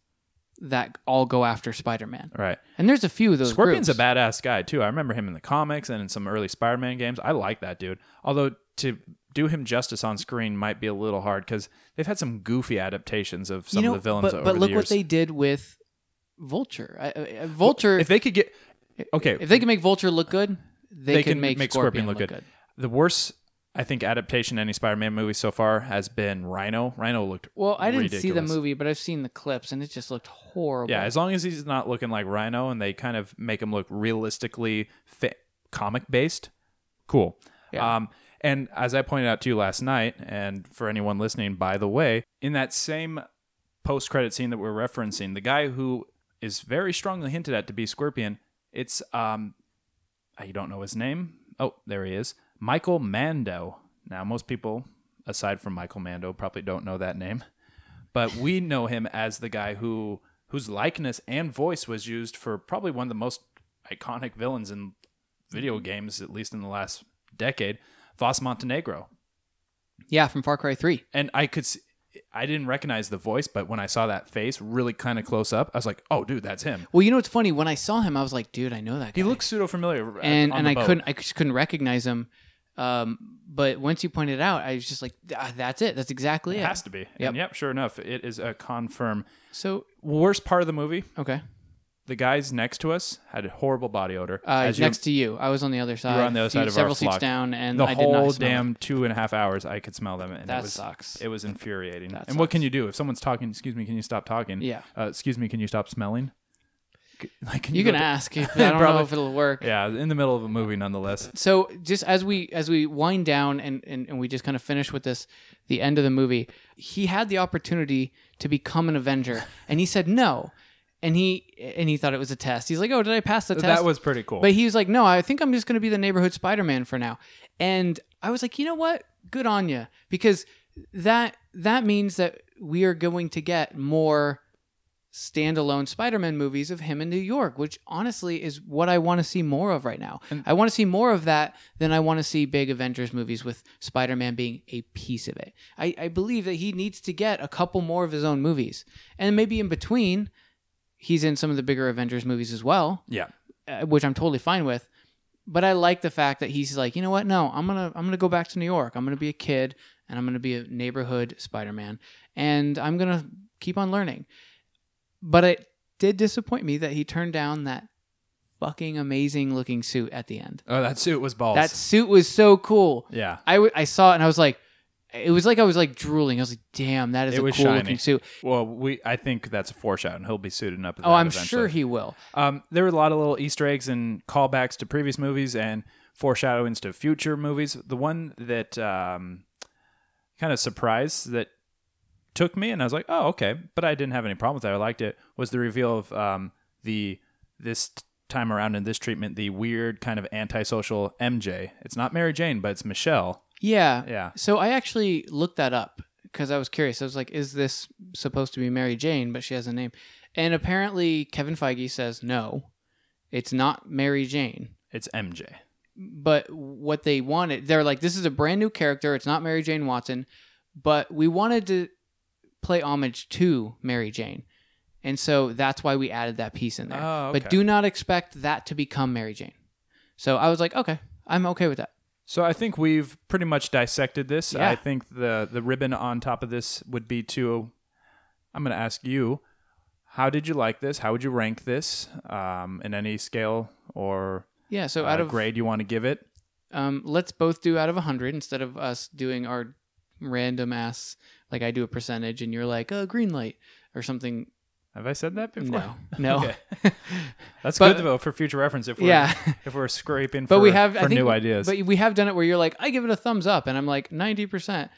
S1: that all go after Spider-Man.
S2: all right.
S1: And there's a few of those.
S2: Scorpion's
S1: groups.
S2: a badass guy too. I remember him in the comics and in some early Spider-Man games. I like that dude. Although to do him justice on screen might be a little hard because they've had some goofy adaptations of some
S1: you know,
S2: of the villains
S1: but,
S2: over
S1: but
S2: the
S1: look what
S2: years.
S1: they did with Vulture. I- I, I, Vulture.
S2: if
S1: If,
S2: they could get okay,
S1: they can make Vulture look good, they,
S2: they
S1: can,
S2: can
S1: make, Scorpion, look good.
S2: the worst I think adaptation in any Spider-Man movie so far has been Rhino. Rhino looked
S1: Well, I didn't see the
S2: Ridiculous.
S1: movie, but I've seen the clips, and it just looked horrible.
S2: Yeah, as long as he's not looking like Rhino and they kind of make him look realistically fit, comic based, cool.
S1: Yeah.
S2: Um, and as I pointed out to you last night, and for anyone listening, by the way, in that same post credit scene that we're referencing, the guy who is very strongly hinted at to be Scorpion, it's um, I don't know his name. Oh, there he is, Michael Mando. Now, most people, aside from Michael Mando, probably don't know that name but we know him as the guy who whose likeness and voice was used for probably one of the most iconic villains in video games, at least in the last decade, Voss Montenegro.
S1: yeah, from Far Cry Three.
S2: And I could, s- I didn't recognize the voice, but when I saw that face really kind of close up, I was like, "Oh, dude, that's him."
S1: Well, you know what's funny? When I saw him, I was like, dude, I know that guy.
S2: He looks uh, pseudo familiar,
S1: and and I couldn't I just couldn't recognize him. Um, but once you pointed it out, I was just like, ah, that's it. That's exactly
S2: It
S1: it.
S2: has to be. And yep, sure enough, it is a confirm.
S1: So
S2: Worst part of the movie:
S1: okay,
S2: the guys next to us had a horrible body odor.
S1: uh,
S2: As you-
S1: next to you, I was on the other side.
S2: on the other
S1: few-
S2: side of our
S1: several seats
S2: flock.
S1: down, and
S2: the
S1: I did
S2: whole
S1: not smell it.
S2: damn two and a half hours i could smell them and
S1: That
S2: it was
S1: sucks.
S2: it was infuriating and
S1: That
S2: what can you do if someone's talking excuse me can you stop talking
S1: Yeah.
S2: uh, excuse me can you stop smelling C- [laughs] like
S1: You
S2: go
S1: can
S2: to-
S1: ask.
S2: [laughs]
S1: If, I don't know
S2: Probably.
S1: if it'll work.
S2: yeah in the middle of a movie nonetheless
S1: So just as we as we wind down and, and and we just kind of finish with this, the end of the movie, he had the opportunity to become an Avenger, and he said no. and he and he thought it was a test. He's like, "Oh, did I pass the test?"
S2: That was pretty cool.
S1: But he was like, "No, I think I'm just going to be the neighborhood Spider-Man for now." And I was like, "You know what? Good on you, because that that means that we are going to get more standalone Spider-Man movies of him in New York, which honestly is what I want to see more of right now. I want to see more of that than I want to see big Avengers movies with Spider-Man being a piece of it. I, I believe that he needs to get a couple more of his own movies, and maybe in between, he's in some of the bigger Avengers movies as well
S2: yeah.
S1: uh, which I'm totally fine with. But I like the fact that he's like, you know what? No, I'm gonna I'm gonna go back to New York. I'm gonna be a kid and I'm gonna be a neighborhood Spider-Man, and I'm gonna keep on learning. But it did disappoint me that he turned down that fucking amazing looking suit at the end.
S2: Oh, that suit was balls.
S1: That suit was so cool.
S2: yeah.
S1: I, w- I saw it and I was like, it was like I was like drooling. I was like, damn, that is
S2: It
S1: a cool
S2: was shiny.
S1: looking suit.
S2: Well, we I think that's a foreshadowing. He'll be suiting up.
S1: Oh, I'm sure he will.
S2: Um, there were a lot of little Easter eggs and callbacks to previous movies and foreshadowings to future movies. The one that um, kind of surprised that took me, and I was like, "Oh, okay," but I didn't have any problem with that. I liked it. Was the reveal of um, the this t- time around in this treatment the weird kind of antisocial MJ? It's not Mary Jane, but it's Michelle.
S1: Yeah.
S2: Yeah.
S1: So I actually looked that up because I was curious. I was like, is this supposed to be Mary Jane, but she has a name? And apparently Kevin Feige says, no, it's not Mary Jane.
S2: It's MJ.
S1: But what they wanted, they're like, this is a brand new character. It's not Mary Jane Watson, but we wanted to play homage to Mary Jane. And so that's why we added that piece in there.
S2: Oh, okay.
S1: But do not expect that to become Mary Jane. So I was like, okay, I'm okay with that.
S2: So I think we've pretty much dissected this.
S1: Yeah.
S2: I think the the ribbon on top of this would be to. I'm going to ask you, how did you like this? How would you rank this um, in any scale or
S1: Yeah. So
S2: uh,
S1: out of
S2: grade you want to give it?
S1: Um, let's both do out of 100 instead of us doing our random ass, like I do a percentage and you're like, uh, green light or something.
S2: Have I said that before?
S1: No, no.
S2: [laughs] Okay. That's
S1: But-
S2: good though for future reference. If we're,
S1: yeah.
S2: if we're
S1: [laughs]
S2: scraping,
S1: But
S2: for,
S1: we have,
S2: for
S1: I think,
S2: new
S1: [laughs]
S2: ideas.
S1: But we have done it where you're like, I give it a thumbs up and I'm like 90%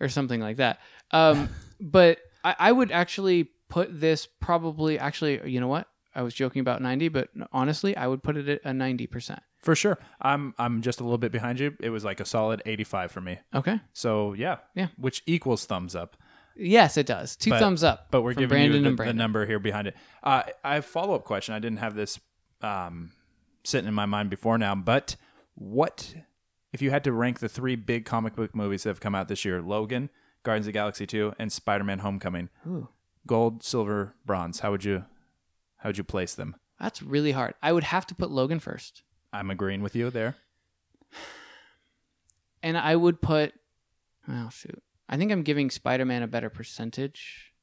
S1: or something like that. Um,
S2: [laughs]
S1: but I, I would actually put this probably, actually, you know what? I was joking about 90, but honestly, I would put it at a 90%.
S2: for sure, I'm I'm just a little bit behind you. It was like a solid 85 for me.
S1: Okay.
S2: So yeah,
S1: Yeah.
S2: which equals thumbs up.
S1: Yes, it does. Two
S2: But-
S1: thumbs up.
S2: but we're
S1: from
S2: giving
S1: Brandon
S2: you the,
S1: and
S2: the
S1: Brandon.
S2: number here behind it. Uh, I have follow up question. I didn't have this um, sitting in my mind before now, but what if you had to rank the three big comic book movies that have come out this year? Logan, Guardians of the Galaxy two, and Spider Man Homecoming.
S1: Ooh.
S2: Gold, silver, bronze. How would you how would you place them?
S1: That's really hard. I would have to put Logan first.
S2: I'm agreeing with you there.
S1: and I would put. Oh shoot! I think I'm giving Spider-Man a better percentage,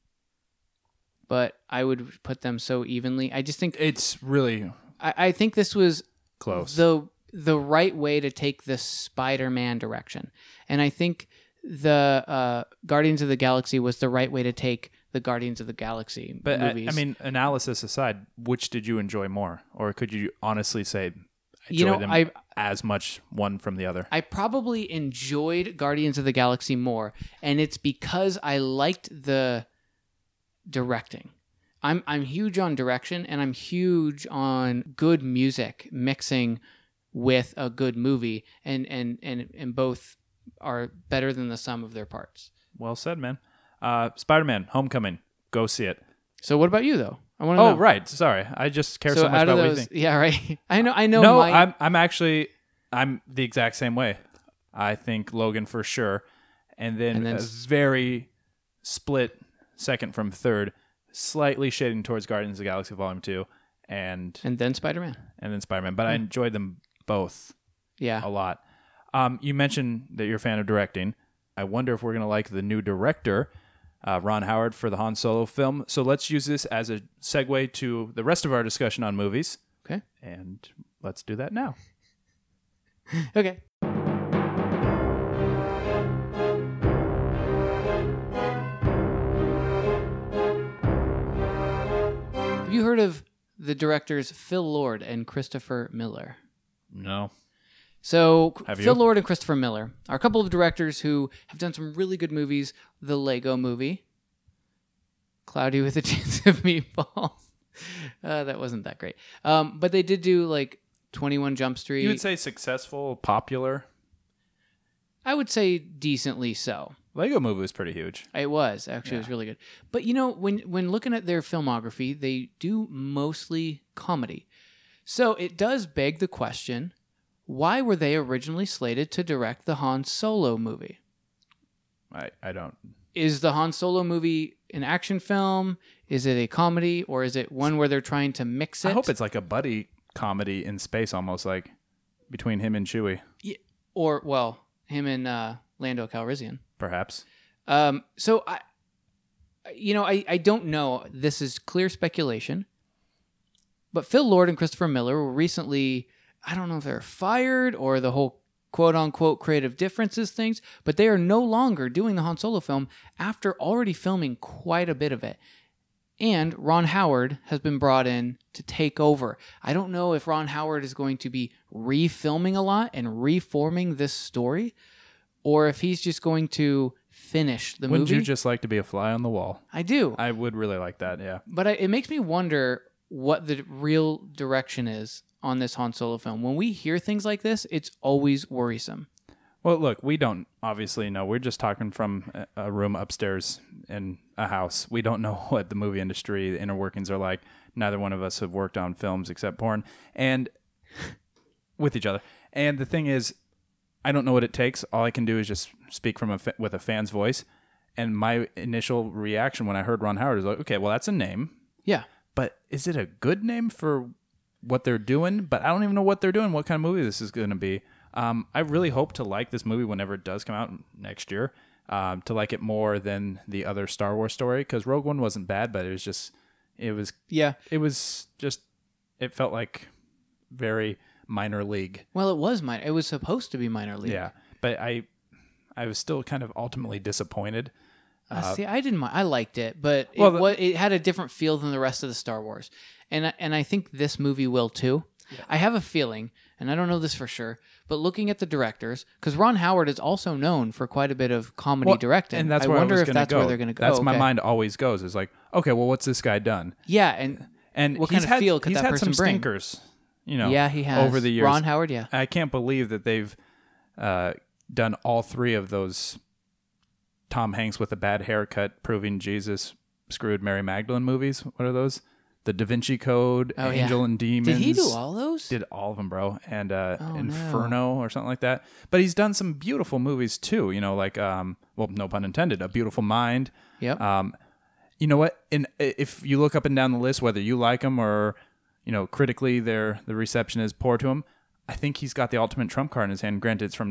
S1: but I would put them so evenly. I just think
S2: It's really
S1: I, I think this was
S2: close.
S1: the the right way to take the Spider-Man direction, and I think the uh, Guardians of the Galaxy was the right way to take the Guardians of the Galaxy
S2: but uh, I,
S1: movies.
S2: I mean, analysis aside, which did you enjoy more, or could you honestly say I enjoy
S1: you know,
S2: them
S1: I
S2: as much one from the other?
S1: I probably enjoyed Guardians of the Galaxy more, and it's because I liked the directing. I'm I'm huge on direction and I'm huge on good music mixing with a good movie and and and, and both are better than the sum of their parts.
S2: Well said, man. Uh, Spider Man Homecoming. Go see it.
S1: So what about you though? I want to
S2: Oh,
S1: know.
S2: right. Sorry. I just care so,
S1: So
S2: much
S1: out
S2: about
S1: of
S2: what you
S1: those,
S2: think.
S1: yeah, right. [laughs] I know I know
S2: No,
S1: my
S2: I'm, I'm actually, I'm the exact same way. I think Logan for sure. And then,
S1: And then
S2: a
S1: s-
S2: very split second from third, slightly shading towards Guardians of the Galaxy Volume 2 and,
S1: and then Spider-Man.
S2: and then Spider Man. But I
S1: Hmm.
S2: enjoyed them both
S1: Yeah.
S2: a lot. Um, you mentioned that you're a fan of directing. I wonder if we're going to like the new director, uh, Ron Howard, for the Han Solo film. So let's use this as a segue to the rest of our discussion on movies.
S1: Okay.
S2: And let's do that now.
S1: Okay. Have you heard of the directors Phil Lord and Christopher Miller?
S2: No.
S1: So
S2: Have
S1: Phil
S2: you?
S1: Lord and Christopher Miller are a couple of directors who have done some really good [laughs] movies. The Lego Movie, Cloudy with a Chance of Meatballs, uh, that wasn't that great. Um, but they did do like 21 Jump Street.
S2: You would say successful, popular.
S1: I would say decently so.
S2: Lego Movie was pretty huge.
S1: It was actually it was really good. But you know, when when looking at their filmography, they do mostly comedy. So it does beg the question, why were they originally slated to direct the Han Solo movie?
S2: I, I don't.
S1: Is the Han Solo movie an action film? Is it a comedy or is it one where they're trying to mix it?
S2: I hope it's like a buddy comedy in space, almost like between him and Chewie,
S1: or well, him and uh, Lando Calrissian.
S2: perhaps.
S1: Um, so I, Uh, you know, I, I don't know. This is clear speculation. But Phil Lord and Christopher Miller were recently, I don't know if they're fired or the whole quote unquote creative differences things, but they are no longer doing the Han Solo film after already filming quite a bit of it. And Ron Howard has been brought in to take over. I don't know if Ron Howard is going to be refilming a lot and reforming this story or if he's just going to finish the
S2: Wouldn't
S1: movie.
S2: you just like to be a fly on the wall?
S1: I do.
S2: I would really like that. Yeah.
S1: but I, it makes me wonder what the real direction is on this Han Solo film. When we hear things like this, it's always worrisome.
S2: Well, look, we don't obviously know. We're just talking from a- a room upstairs in a house. We don't know [laughs] what the movie industry, the inner workings are like. Neither one of us have worked on films except porn and [laughs] with each other. And the thing is, I don't know what it takes. All I can do is just speak from a fa- with a fan's voice. And my initial reaction when I heard Ron Howard is like, okay, well, that's a name,
S1: Yeah.
S2: but is it a good name for what they're doing? But I don't even know what they're doing. What kind of movie this is going to be? Um, I really hope to like this movie whenever it does come out next year. Um, to like it more than the other Star Wars story because Rogue One wasn't bad, but it was just it was
S1: Yeah.
S2: it was just it felt like very minor league.
S1: Well, it was minor. It was supposed to be minor league.
S2: Yeah, but I I was still kind of ultimately disappointed.
S1: Uh, see, I didn't. mi- I liked it, but
S2: Well,
S1: it,
S2: the-
S1: wa- it had a different feel than the rest of the Star Wars, and I- and I think this movie will too. I have a feeling, and I don't know this for sure, but looking at the directors, because Ron Howard is also known for quite a bit of comedy directing,
S2: and that's
S1: I
S2: where
S1: wonder
S2: I was
S1: if
S2: gonna
S1: that's
S2: go.
S1: where they're going to go.
S2: That's my
S1: Okay.
S2: mind always goes. Is like, okay, well, what's this guy done?
S1: Yeah, and
S2: And
S1: What
S2: he's
S1: kind of
S2: had,
S1: feel could
S2: he's
S1: that
S2: had
S1: person
S2: some
S1: bring?
S2: stinkers, you know.
S1: yeah, he has
S2: over the years.
S1: Ron Howard, yeah.
S2: I can't believe that they've uh, done all three of those Tom Hanks with a bad haircut, proving Jesus screwed Mary Magdalene movies. What are those? The Da Vinci Code,
S1: Oh, yeah.
S2: Angel and Demons.
S1: Did he do all those?
S2: Did all of them, bro, and uh,
S1: Oh, no.
S2: Inferno or something like that. But he's done some beautiful movies too. You know, like um, well, no pun intended, A Beautiful Mind.
S1: Yep. [laughs]
S2: Um, you know what? And if you look up and down the list, whether you like him or you know critically, their the reception is poor to him. I think he's got the ultimate trump card in his hand. Granted, it's from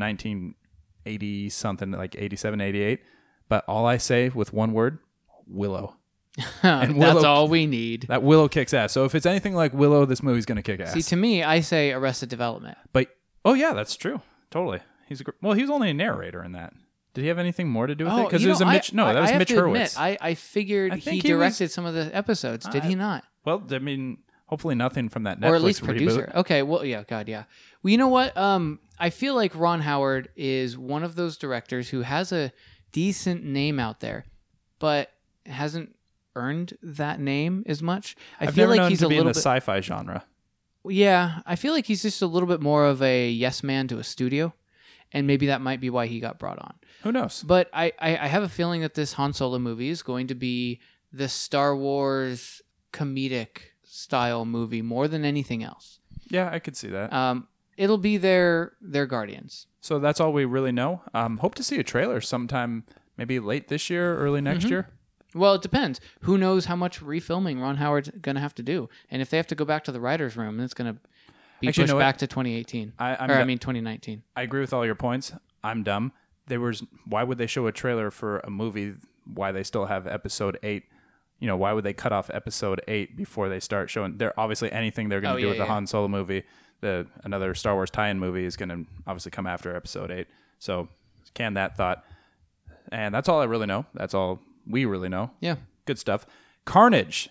S2: 1980 something, like 87, 88. But all I say with one word, Willow.
S1: That's
S2: Willow-
S1: all we need.
S2: That Willow kicks ass. So if it's anything like Willow, this movie's gonna kick ass.
S1: See, to me, I say Arrested Development.
S2: but oh yeah, that's true. Totally. He's a, gr- well, he was only a narrator in that. Did he have anything more to do with it? Oh, Because
S1: Oh, you
S2: it was
S1: know,
S2: a Mitch.
S1: I,
S2: no,
S1: I-
S2: that was
S1: I have
S2: Mitch
S1: to
S2: Hurwitz.
S1: admit, I, I figured
S2: I
S1: he
S2: think he was-
S1: directed some of the episodes. Did he not?
S2: well, I mean, hopefully nothing from that Netflix
S1: or at least
S2: reboot.
S1: producer. Okay, well, yeah, God, yeah. Well, you know what? Um, I feel like Ron Howard is one of those directors who has a decent name out there, but hasn't earned that name as much. I
S2: I've
S1: feel
S2: never
S1: like
S2: known
S1: he's
S2: to
S1: a
S2: be in
S1: little
S2: the
S1: bit.
S2: sci-fi genre.
S1: Yeah, I feel like he's just a little bit more of a yes man to a studio, and maybe that might be why he got brought on.
S2: Who knows?
S1: But I, I, I have a feeling that this Han Solo movie is going to be the Star Wars comedic style movie more than anything else.
S2: Yeah, I could see that.
S1: Um, it'll be their their Guardians.
S2: so that's all we really know. Um, hope to see a trailer sometime, maybe late this year, early next
S1: Mm-hmm.
S2: year.
S1: Well, it depends. Who knows how much refilming Ron Howard's gonna have to do, and if they have to go back to the writers' room, it's gonna be
S2: Actually, you
S1: pushed
S2: know what?
S1: back to 2018,
S2: I, I'm
S1: or I
S2: d-
S1: mean 2019.
S2: I agree with all your points. I'm dumb. There was why would they show a trailer for a movie? Why they still have episode eight? You know, why would they cut off episode eight before they start showing? They're obviously anything they're going
S1: Oh,
S2: to do
S1: yeah,
S2: with
S1: yeah.
S2: the Han Solo movie, the another Star Wars tie-in movie is going to obviously come after episode eight. So can that thought, and that's all I really know. That's all we really know.
S1: Yeah,
S2: Good stuff. Carnage.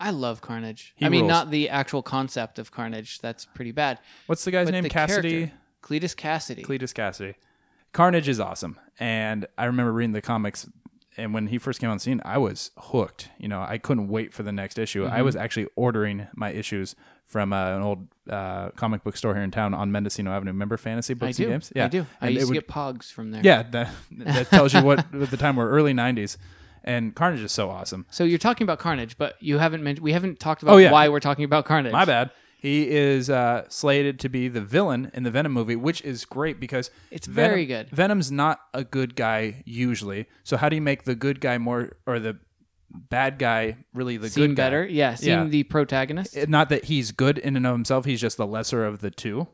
S1: I love Carnage.
S2: He
S1: I mean,
S2: rules.
S1: not the actual concept of Carnage. That's pretty bad.
S2: What's the guy's
S1: But
S2: name?
S1: the
S2: Cassidy.
S1: character, Cletus Cassidy.
S2: Cletus Cassidy. Carnage is awesome, and I remember reading the comics and when he first came on the scene, I was hooked. You know, I couldn't wait for the next issue. I
S1: Mm-hmm.
S2: was actually ordering my issues from uh, an old uh, comic book store here in town on Mendocino Avenue. Remember Fantasy
S1: I
S2: Books
S1: do.
S2: and Games?
S1: I do. I
S2: And it
S1: used to
S2: would-
S1: get pogs from there.
S2: yeah, that, that tells
S1: [laughs]
S2: you what at the time were early '90s, and Carnage is so awesome.
S1: So you're talking about Carnage, but you haven't mentioned. We haven't talked about
S2: Oh, yeah.
S1: why we're talking about Carnage.
S2: My bad. He is uh, slated to be the villain in the Venom movie, which is great because
S1: It's
S2: Venom-
S1: very good.
S2: Venom's not a good guy usually, so how do you make the good guy more or the bad guy really the
S1: Seem
S2: good guy?
S1: better. Yeah. Seem
S2: Yeah.
S1: the protagonist.
S2: It- Not that he's good in and of himself; he's just the lesser of the two.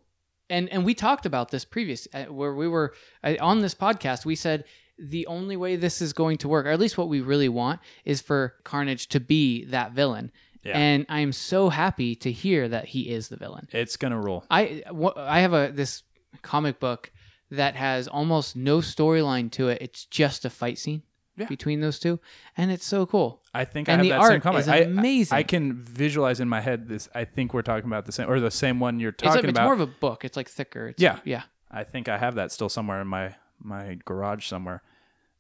S1: and and we talked about this previous uh, where we were uh, on this podcast we said the only way this is going to work or at least what we really want is for carnage to be that villain
S2: Yeah.
S1: and i am so happy to hear that he is the villain
S2: It's gonna roll.
S1: i wh- i have a this comic book that has almost no storyline to it it's just a fight scene
S2: Yeah.
S1: between those two and it's so cool
S2: I think
S1: And
S2: I have
S1: the
S2: that
S1: art
S2: same comic.
S1: is
S2: I- I-
S1: amazing.
S2: I, can visualize in my head this. I think we're talking about the same or the same one you're
S1: it's,
S2: talking
S1: like, it's
S2: about.
S1: more of a book it's like thicker it's,
S2: Yeah.
S1: yeah
S2: I think I have that still somewhere in my my garage somewhere.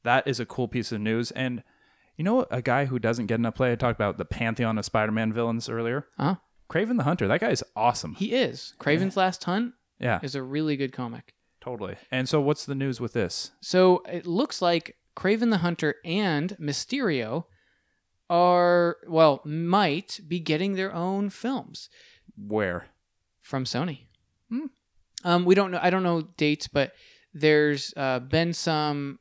S2: That is a cool piece of news. And you know, a guy who doesn't get enough play. I talked about the pantheon of Spider-Man villains earlier.
S1: uh-huh.
S2: Craven the Hunter. That guy is awesome.
S1: he is craven's last hunt
S2: yeah,
S1: is a really good comic
S2: totally. And so, what's the news with this?
S1: So it looks like Craven the Hunter and Mysterio are, well, might be getting their own films
S2: Where?
S1: from Sony.
S2: Hmm.
S1: Um, we don't know. I don't know dates, but there's uh, been some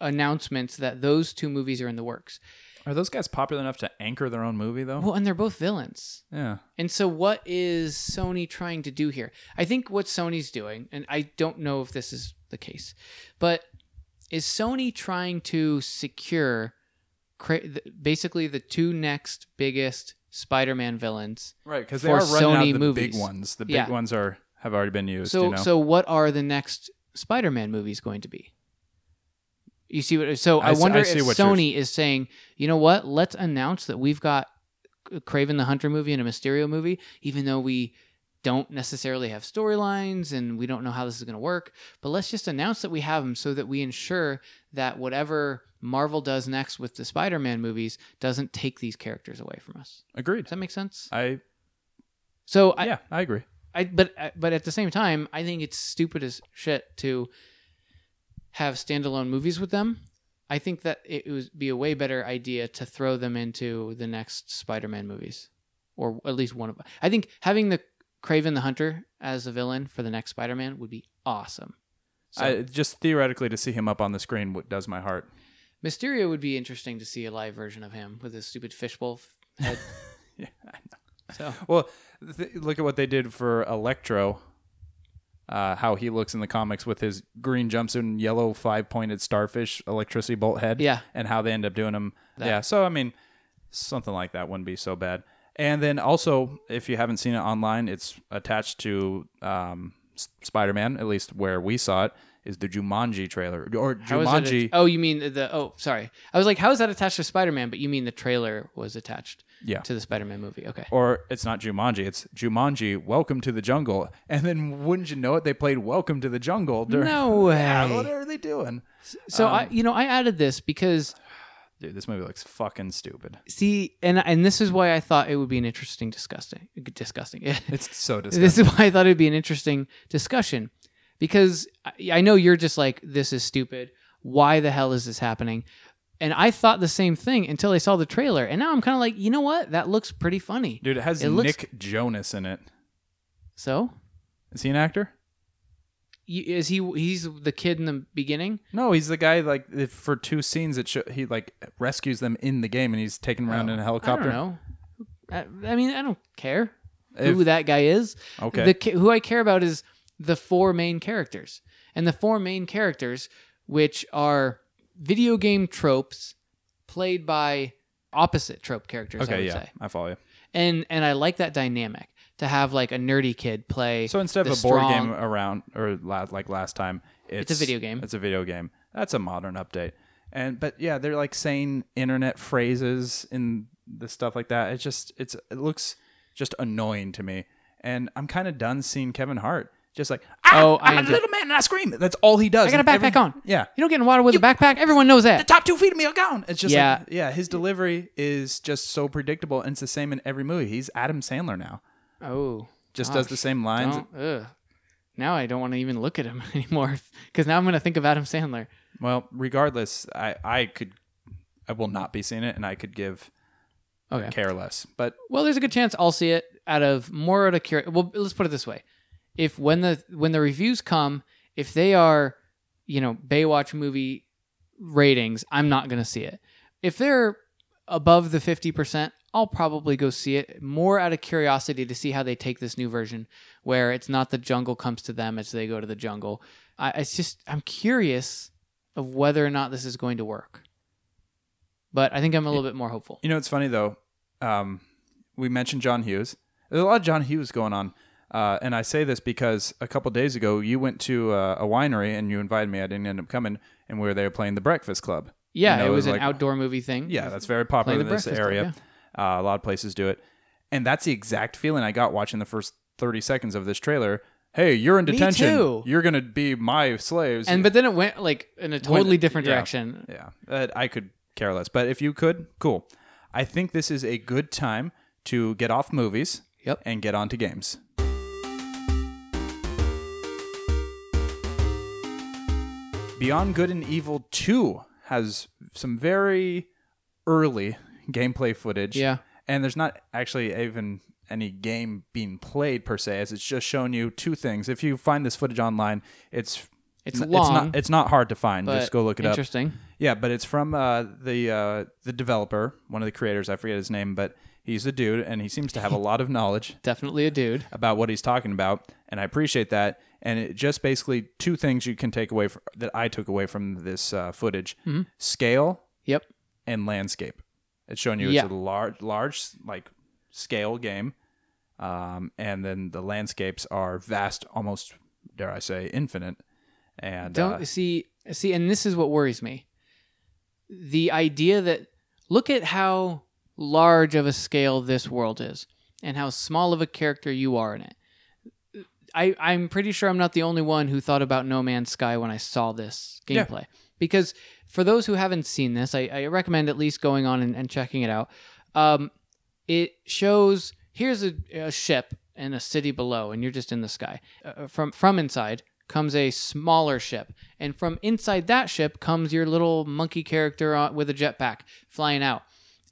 S1: announcements that those two movies are in the works.
S2: Are those guys popular enough to anchor their own movie though?
S1: Well, and they're both villains.
S2: yeah.
S1: And so, what is Sony trying to do here? I think what Sony's doing, and I don't know if this is the case, but is Sony trying to secure cra- th- basically the two next biggest Spider Man villains?
S2: Right, because they
S1: For
S2: are running out
S1: Sony
S2: of the big
S1: movies.
S2: ones. The big
S1: Yeah.
S2: ones are have already been used.
S1: so,
S2: you know?
S1: so what are the next Spider Man movies going to be? You see what? So,
S2: I
S1: I,
S2: s-
S1: wonder
S2: I
S1: if
S2: see what you're-
S1: Sony is saying, you know what? Let's announce that we've got Craven the Hunter movie and a Mysterio movie, even though we don't necessarily have storylines and we don't know how this is going to work. But let's just announce that we have them so that we ensure that whatever Marvel does next with the Spider Man movies doesn't take these characters away from us.
S2: agreed.
S1: Does that make sense?
S2: I
S1: So, I,
S2: yeah, I agree.
S1: I but uh, but at the same time, I think it's stupid as shit to have standalone movies with them. I think that it would be a way better idea to throw them into the next Spider-Man movies, or at least one of. I think having the Craven the Hunter as a villain for the next Spider-Man would be awesome. So
S2: I, just theoretically to see him up on the screen what does my heart.
S1: Mysterio would be interesting to see a live version of him with his stupid fishbowl f- head.
S2: Yeah,
S1: So
S2: Well, th- look at what they did for Electro. Uh, how he looks in the comics with his green jumpsuit and yellow five-pointed starfish electricity bolt head.
S1: Yeah.
S2: and how they end up doing him. Yeah. So I mean, something like that wouldn't be so bad. And then also, if you haven't seen it online, it's attached to um, S- Spider-Man, at least where we saw it, is the Jumanji trailer or
S1: how is that?
S2: Jumanji.
S1: att- oh, you mean the? Oh, sorry. I was like, how is that attached to Spider-Man? But you mean the trailer was attached.
S2: yeah.
S1: to the Spider-Man movie. Okay.
S2: or it's not Jumanji, it's Jumanji, Welcome to the Jungle. And then wouldn't you know it, they played Welcome to the Jungle during [laughs]
S1: No
S2: Yeah,
S1: way.
S2: what um, are they doing?
S1: So I, you know, I added this because
S2: Dude, this movie looks fucking stupid.
S1: see, and and this is why I thought it would be an interesting disgusting, disgusting. [laughs]
S2: It's so disgusting.
S1: this is why I thought it'd be an interesting discussion because I, I know you're just like this is stupid. Why the hell is this happening? And I thought the same thing until I saw the trailer, and now I'm kind of like, you know what? That looks pretty funny.
S2: Dude, it has
S1: It looks-
S2: Nick Jonas in it.
S1: So
S2: Is he an actor?
S1: y- is he? He's the kid in the beginning.
S2: No, he's the guy like if for two scenes it sho- he like rescues them in the game and he's taken around in a
S1: Oh.
S2: helicopter.
S1: I don't know. I, I mean, I don't care
S2: If-
S1: who that guy is.
S2: Okay.
S1: The ca- who I care about is the four main characters, and the four main characters, which are video game tropes played by opposite trope characters. I
S2: Okay,
S1: would
S2: yeah,
S1: say,
S2: I follow you.
S1: and and I like that dynamic to have like a nerdy kid play.
S2: So instead of
S1: the
S2: a board
S1: strong-
S2: game around or la- like last time, it's,
S1: a video game.
S2: It's a video game. That's a modern update. And but yeah, they're like saying internet phrases and the stuff like that. It's just it's it looks just annoying to me. And I'm kind of done seeing Kevin Hart. Just like, ah,
S1: Oh, I
S2: I'm a
S1: enjoy-
S2: little man and I scream. That's all he does.
S1: I got a
S2: And every-
S1: backpack on.
S2: Yeah.
S1: You don't get in water with a backpack. Everyone knows
S2: The
S1: that.
S2: top two feet of me are gone. It's just
S1: Yeah.
S2: like, yeah, his delivery is just so predictable. And it's the same in every movie. He's Adam Sandler now.
S1: Oh.
S2: Just does the same lines.
S1: Don't, ugh. Now I don't want to even look at him [laughs] anymore because now I'm going to think of Adam Sandler.
S2: Well, regardless, I, I could, I will not be seeing it and I could give
S1: Okay.
S2: care less. But
S1: Well, there's a good chance I'll see it out of more out of curiosity. Well, let's put it this way: if when the when the reviews come, if they are, you know, Baywatch movie ratings, I'm not going to see it. If they're above the fifty percent, I'll probably go see it more out of curiosity to see how they take this new version, where it's not the jungle comes to them; it's they go to the jungle. I, it's just I'm curious of whether or not this is going to work. But I think I'm a little bit more hopeful.
S2: You know, it's funny though. Um, we mentioned John Hughes. There's a lot of John Hughes going on, uh, and I say this because a couple days ago you went to uh, a winery and you invited me. I didn't end up coming, and we were there playing The Breakfast Club.
S1: Yeah,
S2: You know,
S1: it was an
S2: like-
S1: outdoor movie thing.
S2: Yeah, that's very popular
S1: Playing
S2: in
S1: The
S2: this
S1: Breakfast Club,
S2: area. Uh, a lot of places do it, and that's the exact feeling I got watching the first 30 seconds of this trailer. Hey, you're in detention.
S1: too.
S2: You're gonna be my slaves.
S1: and but then it went like in a totally different
S2: yeah.
S1: direction.
S2: Yeah, uh, I could care less. But if you could, cool. I think this is a good time to get off movies
S1: Yep.
S2: and get onto games. Beyond Good and Evil 2 has some very early gameplay footage.
S1: Yeah.
S2: And there's not actually even any game being played per se, as it's just showing you two things. If you find this footage online, it's
S1: It's
S2: n- It's
S1: long,
S2: not, it's not hard to find.
S1: But
S2: Just go look it up.
S1: interesting.
S2: Yeah, but it's from uh, the uh, the developer, one of the creators. I forget his name, but he's a dude, and he seems to have a lot of knowledge
S1: Definitely a dude.
S2: about what he's talking about, and I appreciate that. And it just basically two things you can take away fr that I took away from this uh, footage:
S1: Mm-hmm.
S2: scale
S1: Yep.
S2: and landscape. It's showing you
S1: Yeah.
S2: it's a large, large like scale game, um, and then the landscapes are vast, almost dare I say, infinite. And uh,
S1: Don't see see, and this is what worries me. The idea that look at how large of a scale this world is, and how small of a character you are in it. I, I'm pretty sure I'm not the only one who thought about No Man's Sky when I saw this
S2: Yeah.
S1: gameplay. Because for those who haven't seen this, I, I recommend at least going on and, and checking it out. Um, it shows here's a, a ship and a city below, and you're just in the sky. Uh, from from inside comes a smaller ship, and from inside that ship comes your little monkey character on, with a jetpack flying out,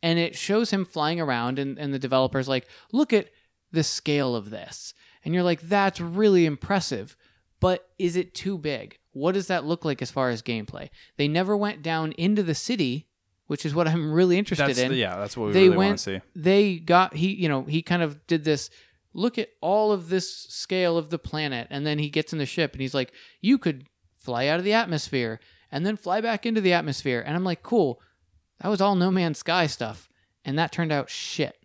S1: and it shows him flying around, and, and the developers like, look at the scale of this, and you're like, that's really impressive, but is it too big? What does that look like as far as gameplay? They never went down into the city, which is what I'm really interested
S2: that's
S1: in
S2: the- yeah, that's what we
S1: they
S2: really want
S1: went
S2: to see.
S1: they got he you know he kind of did this look at all of this scale of the planet and then he gets in the ship and he's like you could fly out of the atmosphere and then fly back into the atmosphere and i'm like cool that was all no man's sky stuff and that turned out shit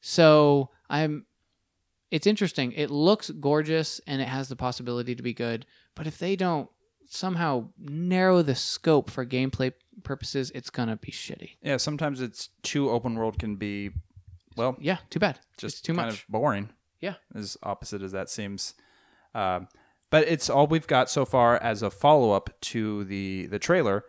S1: so i'm it's interesting it looks gorgeous and it has the possibility to be good but if they don't somehow narrow the scope for gameplay purposes it's gonna be shitty
S2: Yeah, sometimes it's too open world can be, well,
S1: yeah too bad
S2: just
S1: it's too
S2: kind
S1: much
S2: of boring.
S1: Yeah.
S2: as opposite as that seems. Um, but it's all we've got so far as a follow up to the the trailer.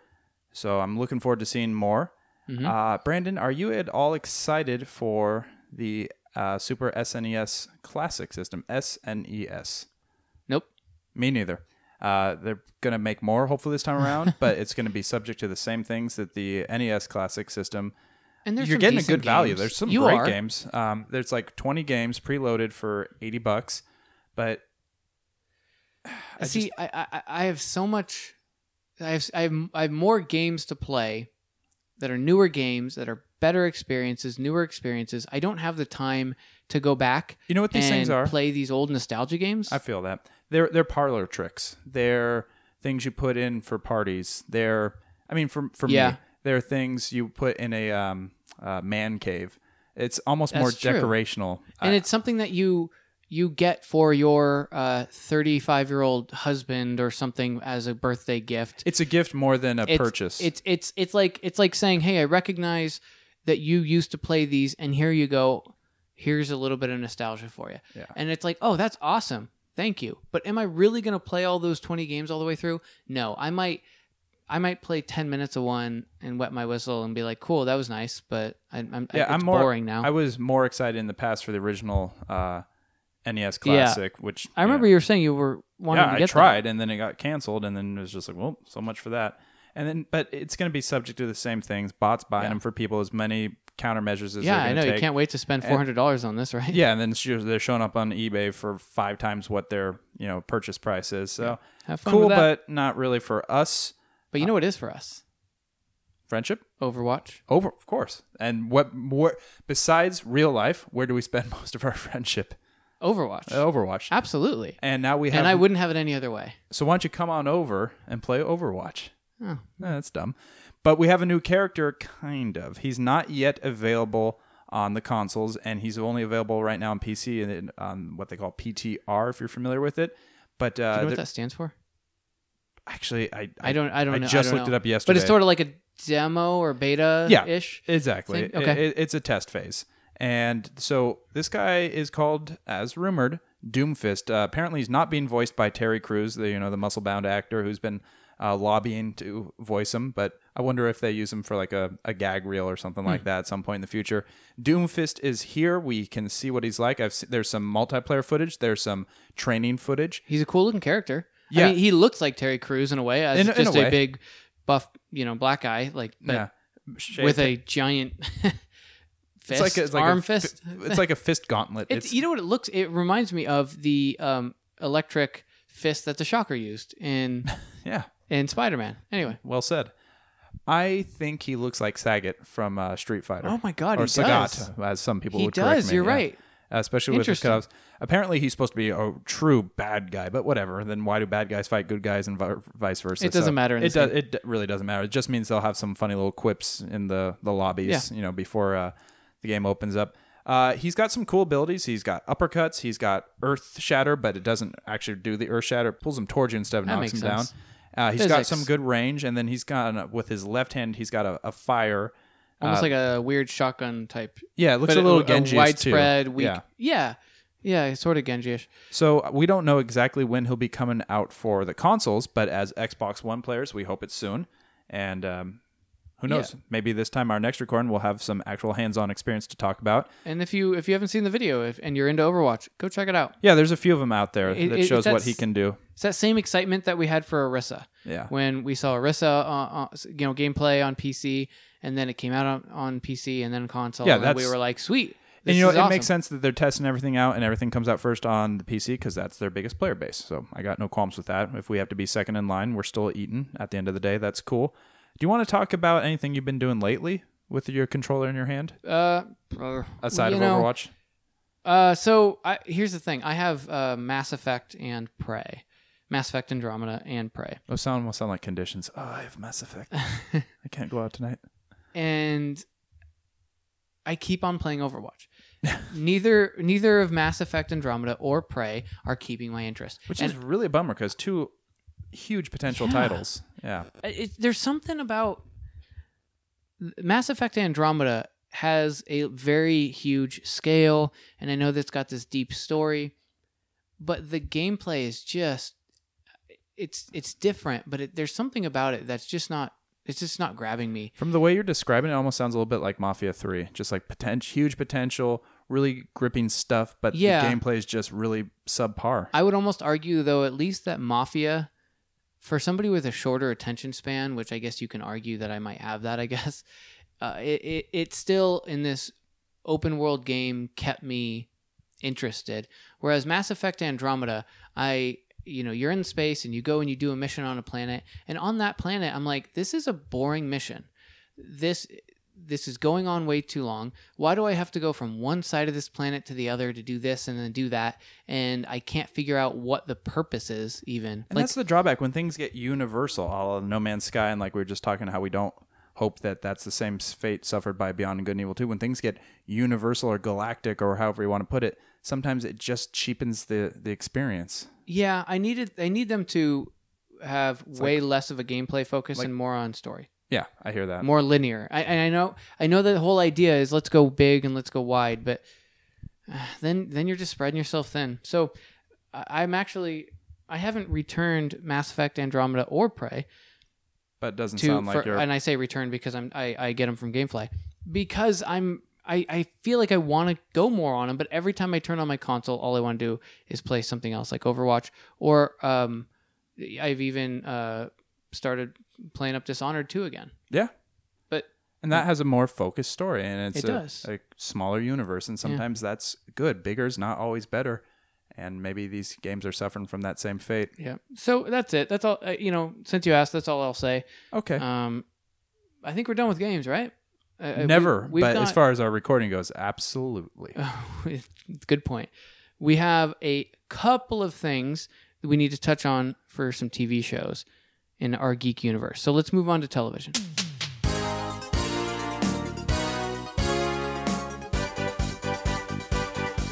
S2: So I'm looking forward to seeing more.
S1: Mhm.
S2: Uh, Brandon, are you at all excited for the uh, Super SNES Classic System SNES?
S1: Nope.
S2: Me neither. Uh, they're gonna make more hopefully this time
S1: [laughs]
S2: around, but it's gonna be subject to the same things that the NES Classic System
S1: And there's
S2: you're
S1: some
S2: getting a
S1: decent
S2: good value.
S1: games.
S2: There's some
S1: You
S2: great
S1: are.
S2: games. Um, there's like 20 games preloaded for 80 bucks, but I
S1: See, I, I I I have so much. I have I have I have more games to play that are newer games that are better experiences, newer experiences. I don't have the time to go back
S2: you know what these
S1: and
S2: things are.
S1: play these old nostalgia games.
S2: I feel that they're they're parlor tricks. They're things you put in for parties. They're I mean for for
S1: Yeah.
S2: me they're things you put in a um, uh, man cave. It's almost more
S1: That's true.
S2: decorational.
S1: and
S2: I-
S1: it's something that you you get for your uh 35 year old husband or something as a birthday gift.
S2: it's a gift more than a
S1: It's-
S2: purchase.
S1: It's it's it's like it's like saying, "Hey, I recognize that you used to play these, and here you go. Here's a little bit of nostalgia for you."
S2: Yeah.
S1: And it's like, "Oh, that's awesome." Thank you. But am I really going to play all those 20 games all the way through? No. I might I might play 10 minutes of one and wet my whistle and be like, "Cool, that was nice," but I, I'm
S2: Yeah,
S1: it's
S2: I'm more
S1: boring now.
S2: I was more excited in the past for the original uh, NES Classic, which
S1: I remember you were saying you were
S2: Yeah,
S1: wanting
S2: yeah
S1: to
S2: I
S1: get that.
S2: tried, and then it got canceled, and then it was just like, well, so much for that. And then, but it's going to be subject to the same things. Bots buying
S1: Yeah.
S2: them for people as many countermeasures as
S1: Yeah,
S2: they're
S1: I
S2: going to
S1: know
S2: take.
S1: you can't wait to spend four hundred dollars on this, right?
S2: Yeah, and then it's usually they're showing up on eBay for five times what their you know purchase price is. So
S1: Have fun
S2: cool,
S1: with that.
S2: but not really for us.
S1: But you know what it is for us?
S2: Friendship
S1: Overwatch.
S2: over, of course. And what more besides real life? Where do we spend [laughs] most of our friendship? Oh.
S1: Overwatch.
S2: Overwatch.
S1: Absolutely.
S2: And now we have.
S1: And I wouldn't have it any other way.
S2: so why don't you come on over and play Overwatch?
S1: Oh.
S2: Eh, that's dumb. But we have a new character, kind of. He's not yet available on the consoles, and he's only available right now on PC and on what they call PTR, if you're familiar with it. But uh,
S1: Do you know
S2: there-
S1: what that stands for?
S2: actually, I,
S1: I don't. I don't.
S2: I
S1: know.
S2: just
S1: don't
S2: looked
S1: know.
S2: it up yesterday.
S1: But it's sort of like a demo or beta.
S2: Yeah.
S1: Ish.
S2: Exactly.
S1: Thing? Okay.
S2: It- it- it's a test phase. And so this guy is called, as rumored, Doomfist. Uh, apparently, he's not being voiced by Terry Crews, the you know the muscle-bound actor who's been uh, lobbying to voice him. But I wonder if they use him for like a, a gag reel or something
S1: Hmm.
S2: like that at some point in the future. Doomfist is here. We can see what he's like. I've se- there's some multiplayer footage. There's some training footage.
S1: He's a cool looking character.
S2: Yeah.
S1: I mean, he looked like Terry Crews in a way, as
S2: In- in
S1: just
S2: a
S1: a,
S2: way.
S1: big buff, you know, black guy, like but
S2: yeah.
S1: with a giant [laughs] fist, arm
S2: a, fi-
S1: fist.
S2: It's like a fist gauntlet.
S1: [laughs] It's, you know what it looks. It reminds me of the um, electric fist that the Shocker used
S2: [laughs]
S1: in
S2: yeah.
S1: in Spider Man. Anyway.
S2: Well said. I think he looks like Sagat from uh, Street Fighter.
S1: Oh my God,
S2: Or
S1: he does.
S2: Sagat, as some people
S1: He
S2: would correct
S1: does,
S2: me,
S1: you're
S2: yeah.
S1: right.
S2: Uh, especially with his
S1: Interesting.
S2: cuffs. Apparently, he's supposed to be a true bad guy, but whatever. Then why do bad guys fight good guys and vi- vice versa?
S1: It doesn't matter in
S2: it
S1: this
S2: does. It d- really doesn't matter. It just means they'll have some funny little quips in the the lobbies, you know, before uh, the game opens up. Uh, he's got some cool abilities. He's got uppercuts. He's got earth shatter, but it doesn't actually do the earth shatter. It pulls him towards you instead of knocks him
S1: makes
S2: down.
S1: sense.
S2: Uh, he's got
S1: Physics.
S2: some good range, and then he's got uh, with his left hand, he's got a, a fire. Uh,
S1: Almost like a weird shotgun type.
S2: Yeah, it looks
S1: But
S2: a little
S1: a
S2: Genji
S1: widespread,
S2: too.
S1: weak.
S2: Yeah.
S1: yeah. Yeah, sort of Genji-ish.
S2: So uh, we don't know exactly when he'll be coming out for the consoles, but as Xbox One players, we hope it's soon. And um, who knows? Maybe this time our next recording we'll have some actual hands-on experience to talk about.
S1: And if you if you haven't seen the video if, and you're into Overwatch, go check it out.
S2: Yeah, there's a few of them out there
S1: It-
S2: that
S1: it-
S2: shows what
S1: that's-
S2: he can do.
S1: It's that same excitement that we had for Orisa.
S2: Yeah.
S1: When we saw Orisa, uh, uh, you know, gameplay on PC, and then it came out on, on PC and then console.
S2: Yeah,
S1: and then we
S2: that's-
S1: were like, sweet.
S2: and you know
S1: this
S2: it
S1: is
S2: makes
S1: awesome.
S2: sense that they're testing everything out and everything comes out first on the pc because that's their biggest player base so i got no qualms with that if we have to be second in line we're still eating at the end of the day that's cool do you want to talk about anything you've been doing lately with your controller in your hand
S1: Uh,
S2: aside
S1: you
S2: of
S1: know,
S2: overwatch
S1: Uh, so I, here's the thing. I have uh, Mass Effect and Prey, Mass Effect Andromeda and Prey,
S2: those Oh, sound will sound like conditions oh i have mass effect
S1: [laughs]
S2: i can't go out tonight
S1: and I keep on playing Overwatch. neither neither of Mass Effect Andromeda or Prey are keeping my interest.
S2: which
S1: and
S2: is really a bummer because two huge potential
S1: Yeah.
S2: titles yeah
S1: it, there's something about Mass Effect Andromeda has a very huge scale, and I know that's got this deep story, but the gameplay is just it's it's different, but it, there's something about it that's just not it's just not grabbing me.
S2: From the way you're describing it, it almost sounds a little bit like Mafia 3. Just like potent- huge potential, really gripping stuff, but
S1: Yeah.
S2: the gameplay is just really subpar.
S1: I would almost argue, though, at least that Mafia, for somebody with a shorter attention span, which I guess you can argue that I might have that, I [laughs] guess, uh, it, it, it still in this open world game kept me interested. Whereas Mass Effect Andromeda, I, you know, you're in space and you go and you do a mission on a planet, and on that planet, I'm like, this is a boring mission. This. This is going on way too long. Why do I have to go from one side of this planet to the other to do this and then do that? and I can't figure out what the purpose is even.
S2: and
S1: like
S2: that's the drawback when things get universal, a la No Man's Sky, and like we were just talking how we don't hope that that's the same s- fate suffered by Beyond Good and Evil 2. When things get universal or galactic or however you want to put it, sometimes it just cheapens the, the experience.
S1: yeah, I needed I need them to have way less of a gameplay focus and more on story.
S2: Yeah, I hear that.
S1: More linear. I and I know I know the whole idea is let's go big and let's go wide, but uh, then then you're just spreading yourself thin. So I- I'm actually I haven't returned Mass Effect Andromeda or Prey
S2: But it doesn't
S1: to
S2: sound
S1: for,
S2: like you're.
S1: and I say return because I'm I, I get them from GameFly because I'm I, I feel like I want to go more on them, but every time I turn on my console, all I want to do is play something else like Overwatch or um, I've even uh, started playing up Dishonored 2 again.
S2: yeah.
S1: But
S2: And that has a more focused story, and it's
S1: It
S2: a,
S1: does.
S2: a smaller universe, and sometimes that's good. Bigger is not always better, and maybe these games are suffering from that same fate.
S1: yeah, so that's it. That's all. Uh, you know, since you asked, that's all I'll say.
S2: Okay,
S1: Um, I think we're done with games, right? Uh, we-
S2: never.
S1: we've
S2: but
S1: got-
S2: as far as our recording goes, absolutely.
S1: [laughs] Good point. We have a couple of things that we need to touch on for some TV shows in our geek universe. So let's move on to television.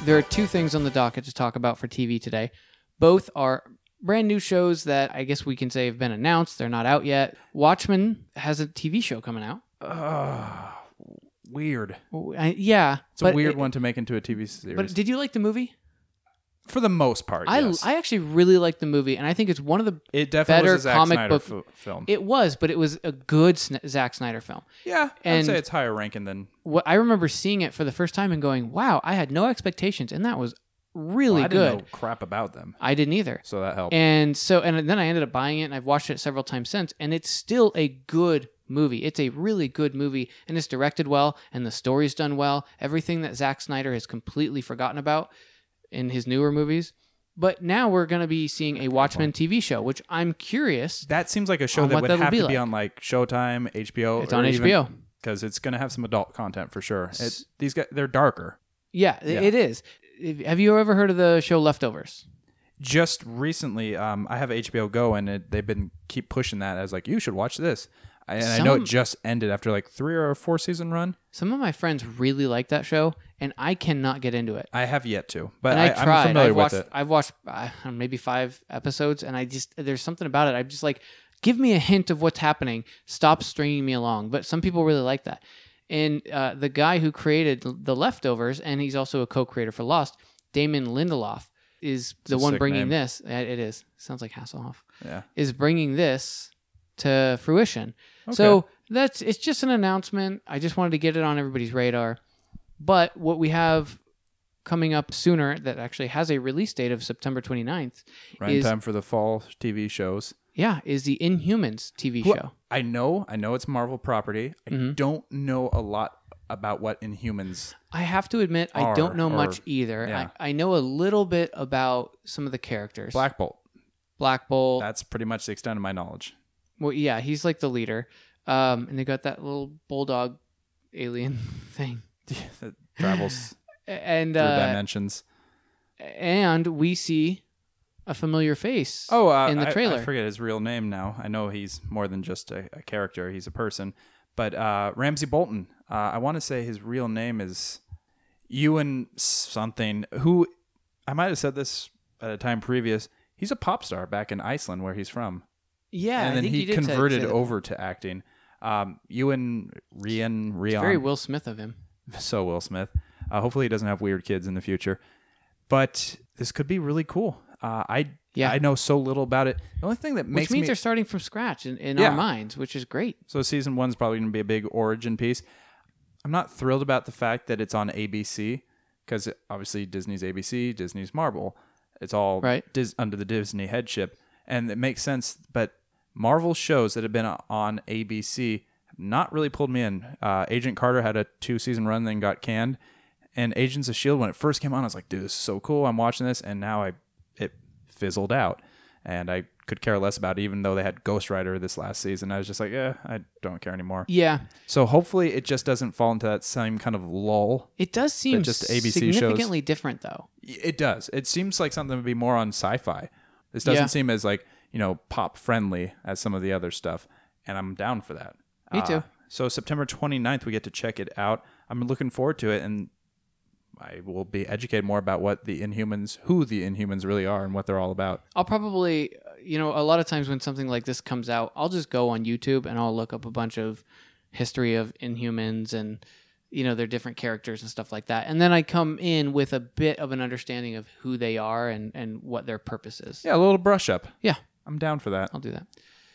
S1: There are two things on the docket to talk about for TV today. Both are brand new shows that I guess we can say have been announced. They're not out yet. Watchmen has a TV show coming out.
S2: Ugh, Ah, weird.
S1: Oh, I- yeah,
S2: It's a weird one to make into a TV series.
S1: But did you like the movie?
S2: for the most part,
S1: I,
S2: yes.
S1: I actually really like the movie, and I think it's one of the
S2: it definitely
S1: better
S2: was a Zack
S1: comic
S2: Snyder
S1: book-
S2: f- film.
S1: it was, but it was a good Sn- Zack Snyder film.
S2: yeah, I'd
S1: and-
S2: say it's higher ranking than.
S1: What I remember seeing it for the first time and going, "Wow, I had no expectations," and that was really
S2: I
S1: good.
S2: didn't know crap about them,
S1: I didn't either,
S2: so that helped.
S1: and so and then I ended up buying it, and I've watched it several times since, and it's still a good movie. It's a really good movie, and it's directed well, and the story's done well. Everything that Zack Snyder has completely forgotten about in his newer movies. But now we're going to be seeing a Watchmen TV show, which I'm curious.
S2: that seems like a show
S1: on
S2: that
S1: what
S2: would
S1: that'll
S2: have
S1: be
S2: to be
S1: like.
S2: on like Showtime, HBO.
S1: It's on HBO.
S2: because it's going to have some adult content for sure. It,
S1: S-
S2: these guys, they're darker.
S1: Yeah, i-
S2: Yeah.
S1: it is. If- Have you ever heard of the show Leftovers?
S2: Just recently, um, I have HBO Go, and it, they've been keep pushing that as like you should watch this. I- And I know
S1: Some-
S2: it just ended after like three or four season run.
S1: Some of my friends really like that show, and I cannot get into it.
S2: I have yet to, but
S1: And
S2: I,
S1: I,
S2: am
S1: tried. I
S2: familiar
S1: have
S2: with
S1: watched.
S2: it.
S1: I've watched uh, maybe five episodes, and I just there's something about it. I'm just like, give me a hint of what's happening. Stop stringing me along. But some people really like that. And uh, the guy who created The Leftovers, and he's also a co-creator for Lost, Damon Lindelof, is the
S2: a
S1: one
S2: sick
S1: bringing
S2: name.
S1: this. Uh, It is sounds like Hasselhoff.
S2: Yeah.
S1: is bringing this to fruition.
S2: Okay.
S1: So that's it's just an announcement. I just wanted to get it on everybody's radar. But what we have coming up sooner that actually has a release date of September 29th,
S2: Runtime
S1: is-
S2: for the fall TV shows.
S1: yeah, is the Inhumans TV
S2: Who-
S1: show.
S2: I know, I know it's Marvel property. I
S1: Mhm.
S2: don't know a lot about what Inhumans.
S1: I have to admit I
S2: Are,
S1: don't know
S2: or-
S1: much either.
S2: yeah.
S1: I, I know a little bit about some of the characters.
S2: Black Bolt.
S1: Black Bolt.
S2: That's pretty much the extent of my knowledge.
S1: Well, yeah, he's like the leader. Um, and they got that little bulldog alien [laughs] thing.
S2: that travels
S1: And
S2: through
S1: uh,
S2: dimensions.
S1: and we see a familiar face.
S2: Oh, uh,
S1: in the
S2: I- I,
S1: trailer.
S2: forget his real name now. I know he's more than just a, a character; he's a person. But uh, Ramsey Bolton, uh, I want to say his real name is Ewan something. Who I might have said this at a time previous. He's a pop star back in Iceland, where he's from,
S1: yeah,
S2: and
S1: I
S2: then
S1: think
S2: he
S1: you did say-
S2: converted
S1: say that.
S2: over to acting. Um, Ewan Rian Rian,
S1: Very Will Smith of him.
S2: so Will Smith. Uh, hopefully, he doesn't have weird kids in the future. But this could be really cool. Uh, I
S1: Yeah.
S2: I know so little about it. The only thing that
S1: Which
S2: makes
S1: means
S2: me
S1: they're starting from scratch in, in
S2: Yeah.
S1: our minds, which is great.
S2: So season one's probably going to be a big origin piece. I'm not thrilled about the fact that it's on ABC because obviously Disney's ABC, Disney's Marvel. It's all
S1: Right.
S2: Dis- under the Disney headship, and it makes sense. But Marvel shows that have been on ABC have not really pulled me in. Uh, Agent Carter had a two season run, then got canned. And Agents of Shield, when it first came on, I was like, "Dude, this is so cool! I'm watching this," and now I it fizzled out and I could care less about it, even though they had Ghost Rider this last season. I was just like, yeah, I don't care anymore.
S1: Yeah,
S2: So hopefully it just doesn't fall into that same kind of lull.
S1: it does seem
S2: just
S1: just
S2: ABC shows.
S1: significantly different though.
S2: Y- It does. It seems like something would be more on sci fi. This doesn't
S1: Yeah.
S2: seem as like, you know, pop friendly as some of the other stuff. And I'm down for that. Ah,
S1: Me too.
S2: So September 29th, we get to check it out. I'm looking forward to it. And I will be educated more about what the Inhumans, who the Inhumans really are and what they're all about.
S1: I'll probably, you know, a lot of times when something like this comes out, I'll just go on YouTube and I'll look up a bunch of history of Inhumans and you know, their different characters and stuff like that. And then I come in with a bit of an understanding of who they are and, and what their purpose is.
S2: Yeah, a little brush up.
S1: Yeah,
S2: I'm down for that.
S1: I'll do that.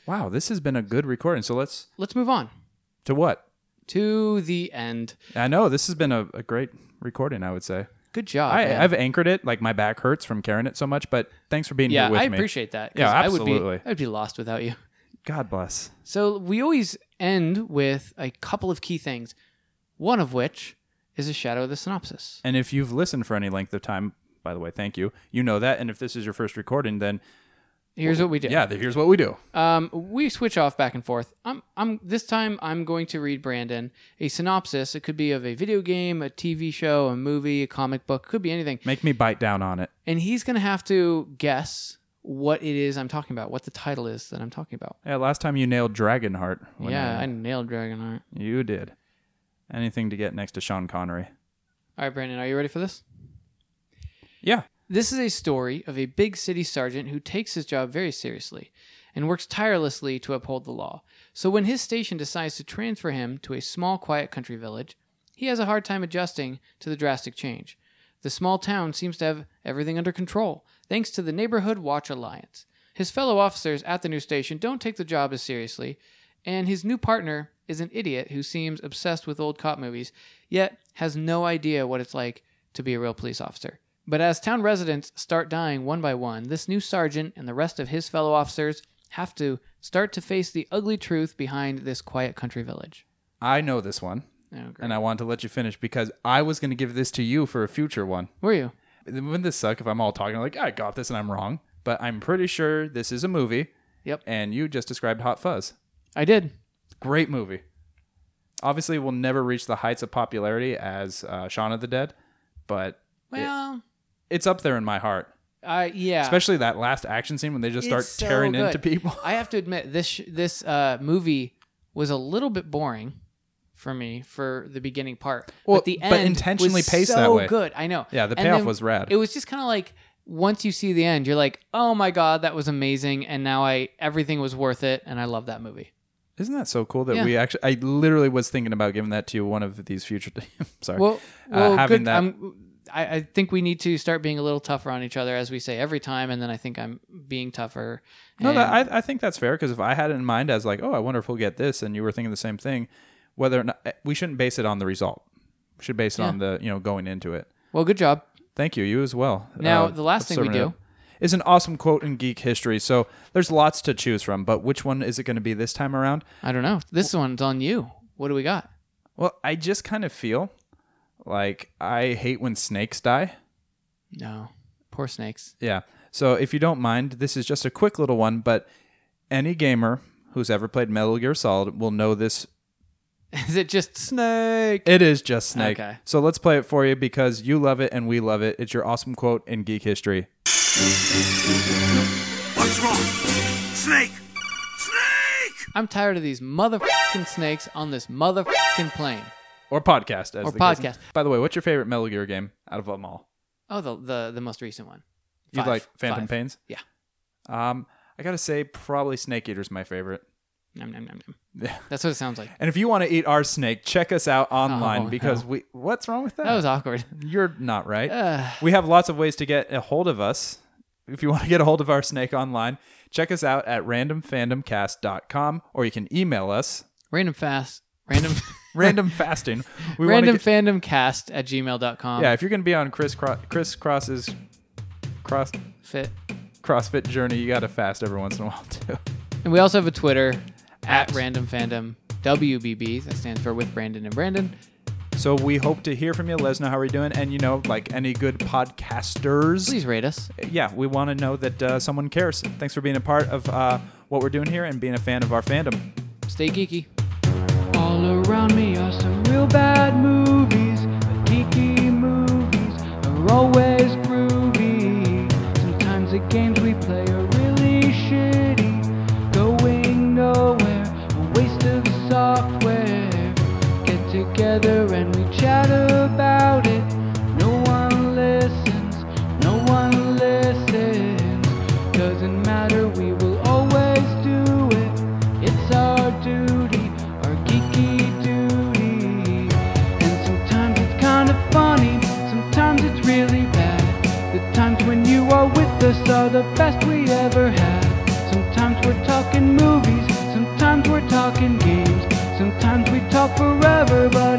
S2: Wow, this has been a good recording. So let's
S1: Let's move on
S2: to what?
S1: to the end.
S2: I know this has been a, a great recording. I would say
S1: Good job.
S2: I,
S1: man.
S2: I've anchored it. Like my back hurts from carrying it so much, but thanks for being
S1: yeah,
S2: here with
S1: I
S2: me.
S1: appreciate that. 'cause
S2: Yeah,
S1: I would
S2: absolutely.
S1: be, I'd be lost without you.
S2: God bless.
S1: So we always end with a couple of key things, one of which is a shadow of the synopsis.
S2: And if you've listened for any length of time, by the way, thank you. You know that. And if this is your first recording, then
S1: Here's what we did.
S2: yeah, th- here's what we do.
S1: Um, we switch off back and forth. I'm, I'm this time. I'm going to read Brandon a synopsis. It could be of a video game, a TV show, a movie, a comic book. Could be anything.
S2: Make me bite down on it.
S1: And he's gonna have to guess what it is I'm talking about. What the title is that I'm talking about.
S2: Yeah, last time you nailed Dragonheart. when
S1: yeah,
S2: I-
S1: I nailed Dragonheart.
S2: you did. Anything to get next to Sean Connery.
S1: All right, Brandon, are you ready for this?
S2: Yeah.
S1: This is a story of a big city sergeant who takes his job very seriously and works tirelessly to uphold the law. So when his station decides to transfer him to a small, quiet country village, he has a hard time adjusting to the drastic change. The small town seems to have everything under control, thanks to the Neighborhood Watch Alliance. His fellow officers at the new station don't take the job as seriously, and his new partner is an idiot who seems obsessed with old cop movies, yet has no idea what it's like to be a real police officer. But as town residents start dying one by one, this new sergeant and the rest of his fellow officers have to start to face the ugly truth behind this quiet country village.
S2: I know this one,
S1: Oh, great.
S2: and I want to let you finish because I was going to give this to you for a future one.
S1: Were you?
S2: Wouldn't this suck if I'm all talking like, I got this and I'm wrong? But I'm pretty sure this is a movie,
S1: Yep.
S2: and you just described Hot Fuzz.
S1: I did.
S2: Great movie. Obviously, will never reach the heights of popularity as uh, Shaun of the Dead, but
S1: Well,
S2: it's up there in my heart.
S1: I yeah.
S2: Especially that last action scene when they just start
S1: It's so
S2: tearing
S1: good.
S2: into people. [laughs]
S1: I have to admit this sh- this uh, movie was a little bit boring for me for the beginning part.
S2: Well,
S1: but the
S2: but
S1: end
S2: intentionally
S1: was
S2: paced
S1: so
S2: that way.
S1: Good, I know.
S2: Yeah, the
S1: And
S2: payoff
S1: then
S2: was rad.
S1: It was just kind of like once you see the end, you're like, oh my god, that was amazing, and now I everything was worth it, and I love that movie.
S2: Isn't that so cool that
S1: Yeah.
S2: we actually? I literally was thinking about giving that to you one of these future. [laughs] sorry.
S1: Well, well
S2: having
S1: good.
S2: that-
S1: I'm, I, I think we need to start being a little tougher on each other, as we say every time, and then I think I'm being tougher.
S2: no,
S1: and-
S2: that, I I think that's fair because if I had it in mind as like, oh, I wonder if we'll get this, and you were thinking the same thing, whether or not eh, we shouldn't base it on the result, we should base it on the you know going into it.
S1: well, good job.
S2: Thank you. You as well. Uh,
S1: Now, the last thing we
S2: serving it
S1: do-
S2: up. is an awesome quote in geek history. So there's lots to choose from, but which one is it going to be this time around?
S1: I don't know. This one's on you. What do we got?
S2: Well, I just kind of feel like I hate when snakes die.
S1: No, poor snakes.
S2: Yeah. So if you don't mind, this is just a quick little one, but any gamer who's ever played Metal Gear Solid will know this
S1: Is it just
S2: snake. It is just snake.
S1: Okay.
S2: So let's play it for you because you love it and we love it. It's your awesome quote in geek history.
S3: What's wrong? Snake! Snake!
S1: I'm tired of these motherfucking snakes on this motherfucking plane.
S2: Or podcast as
S1: Or
S2: the case-
S1: podcast.
S2: By the way, what's your favorite Metal Gear game out of them all?
S1: Oh, the the, the most recent one.
S2: You
S1: Five.
S2: like Phantom
S1: Five.
S2: Pains?
S1: Yeah.
S2: Um, I gotta say, probably Snake Eater's my favorite.
S1: Nom, nom, nom, nom.
S2: Yeah.
S1: That's what it sounds like.
S2: And if you want to eat our snake, check us out online
S1: Oh,
S2: because we what's wrong with that?
S1: That was awkward. [laughs]
S2: You're not right.
S1: Ugh.
S2: we have lots of ways to get a hold of us. If you want to get a hold of our snake online, check us out at randomfandomcast.com or you can
S1: [laughs]
S2: email us
S1: Random fast. Random.
S2: random fasting. [laughs] We wanna
S1: random
S2: get-
S1: fandom cast at gmail.com.
S2: yeah, if you're going to be on Chris Cro- Chris Cross's cross
S1: Fit.
S2: CrossFit journey, you got to fast every once in a while too.
S1: And we also have a Twitter at
S2: At.
S1: random fandom WBB. That stands for with Brandon and Brandon.
S2: So we hope to hear from you. Let us know how we're doing, and you know, like any good podcasters,
S1: Please rate us.
S2: yeah, we want to know that uh, someone cares. Thanks for being a part of uh, what we're doing here and being a fan of our fandom.
S1: Stay geeky.
S4: All around me are some real bad movies. But geeky movies are always groovy. Sometimes the games we play are really shitty. Going nowhere, a waste of software. Get together and we chat about it. No one listens, no one listens. Doesn't matter, we will always do it. It's our duty, our geeky duty. And some us are the best we ever had. Sometimes we're talking movies, sometimes we're talking games. Sometimes we talk forever, but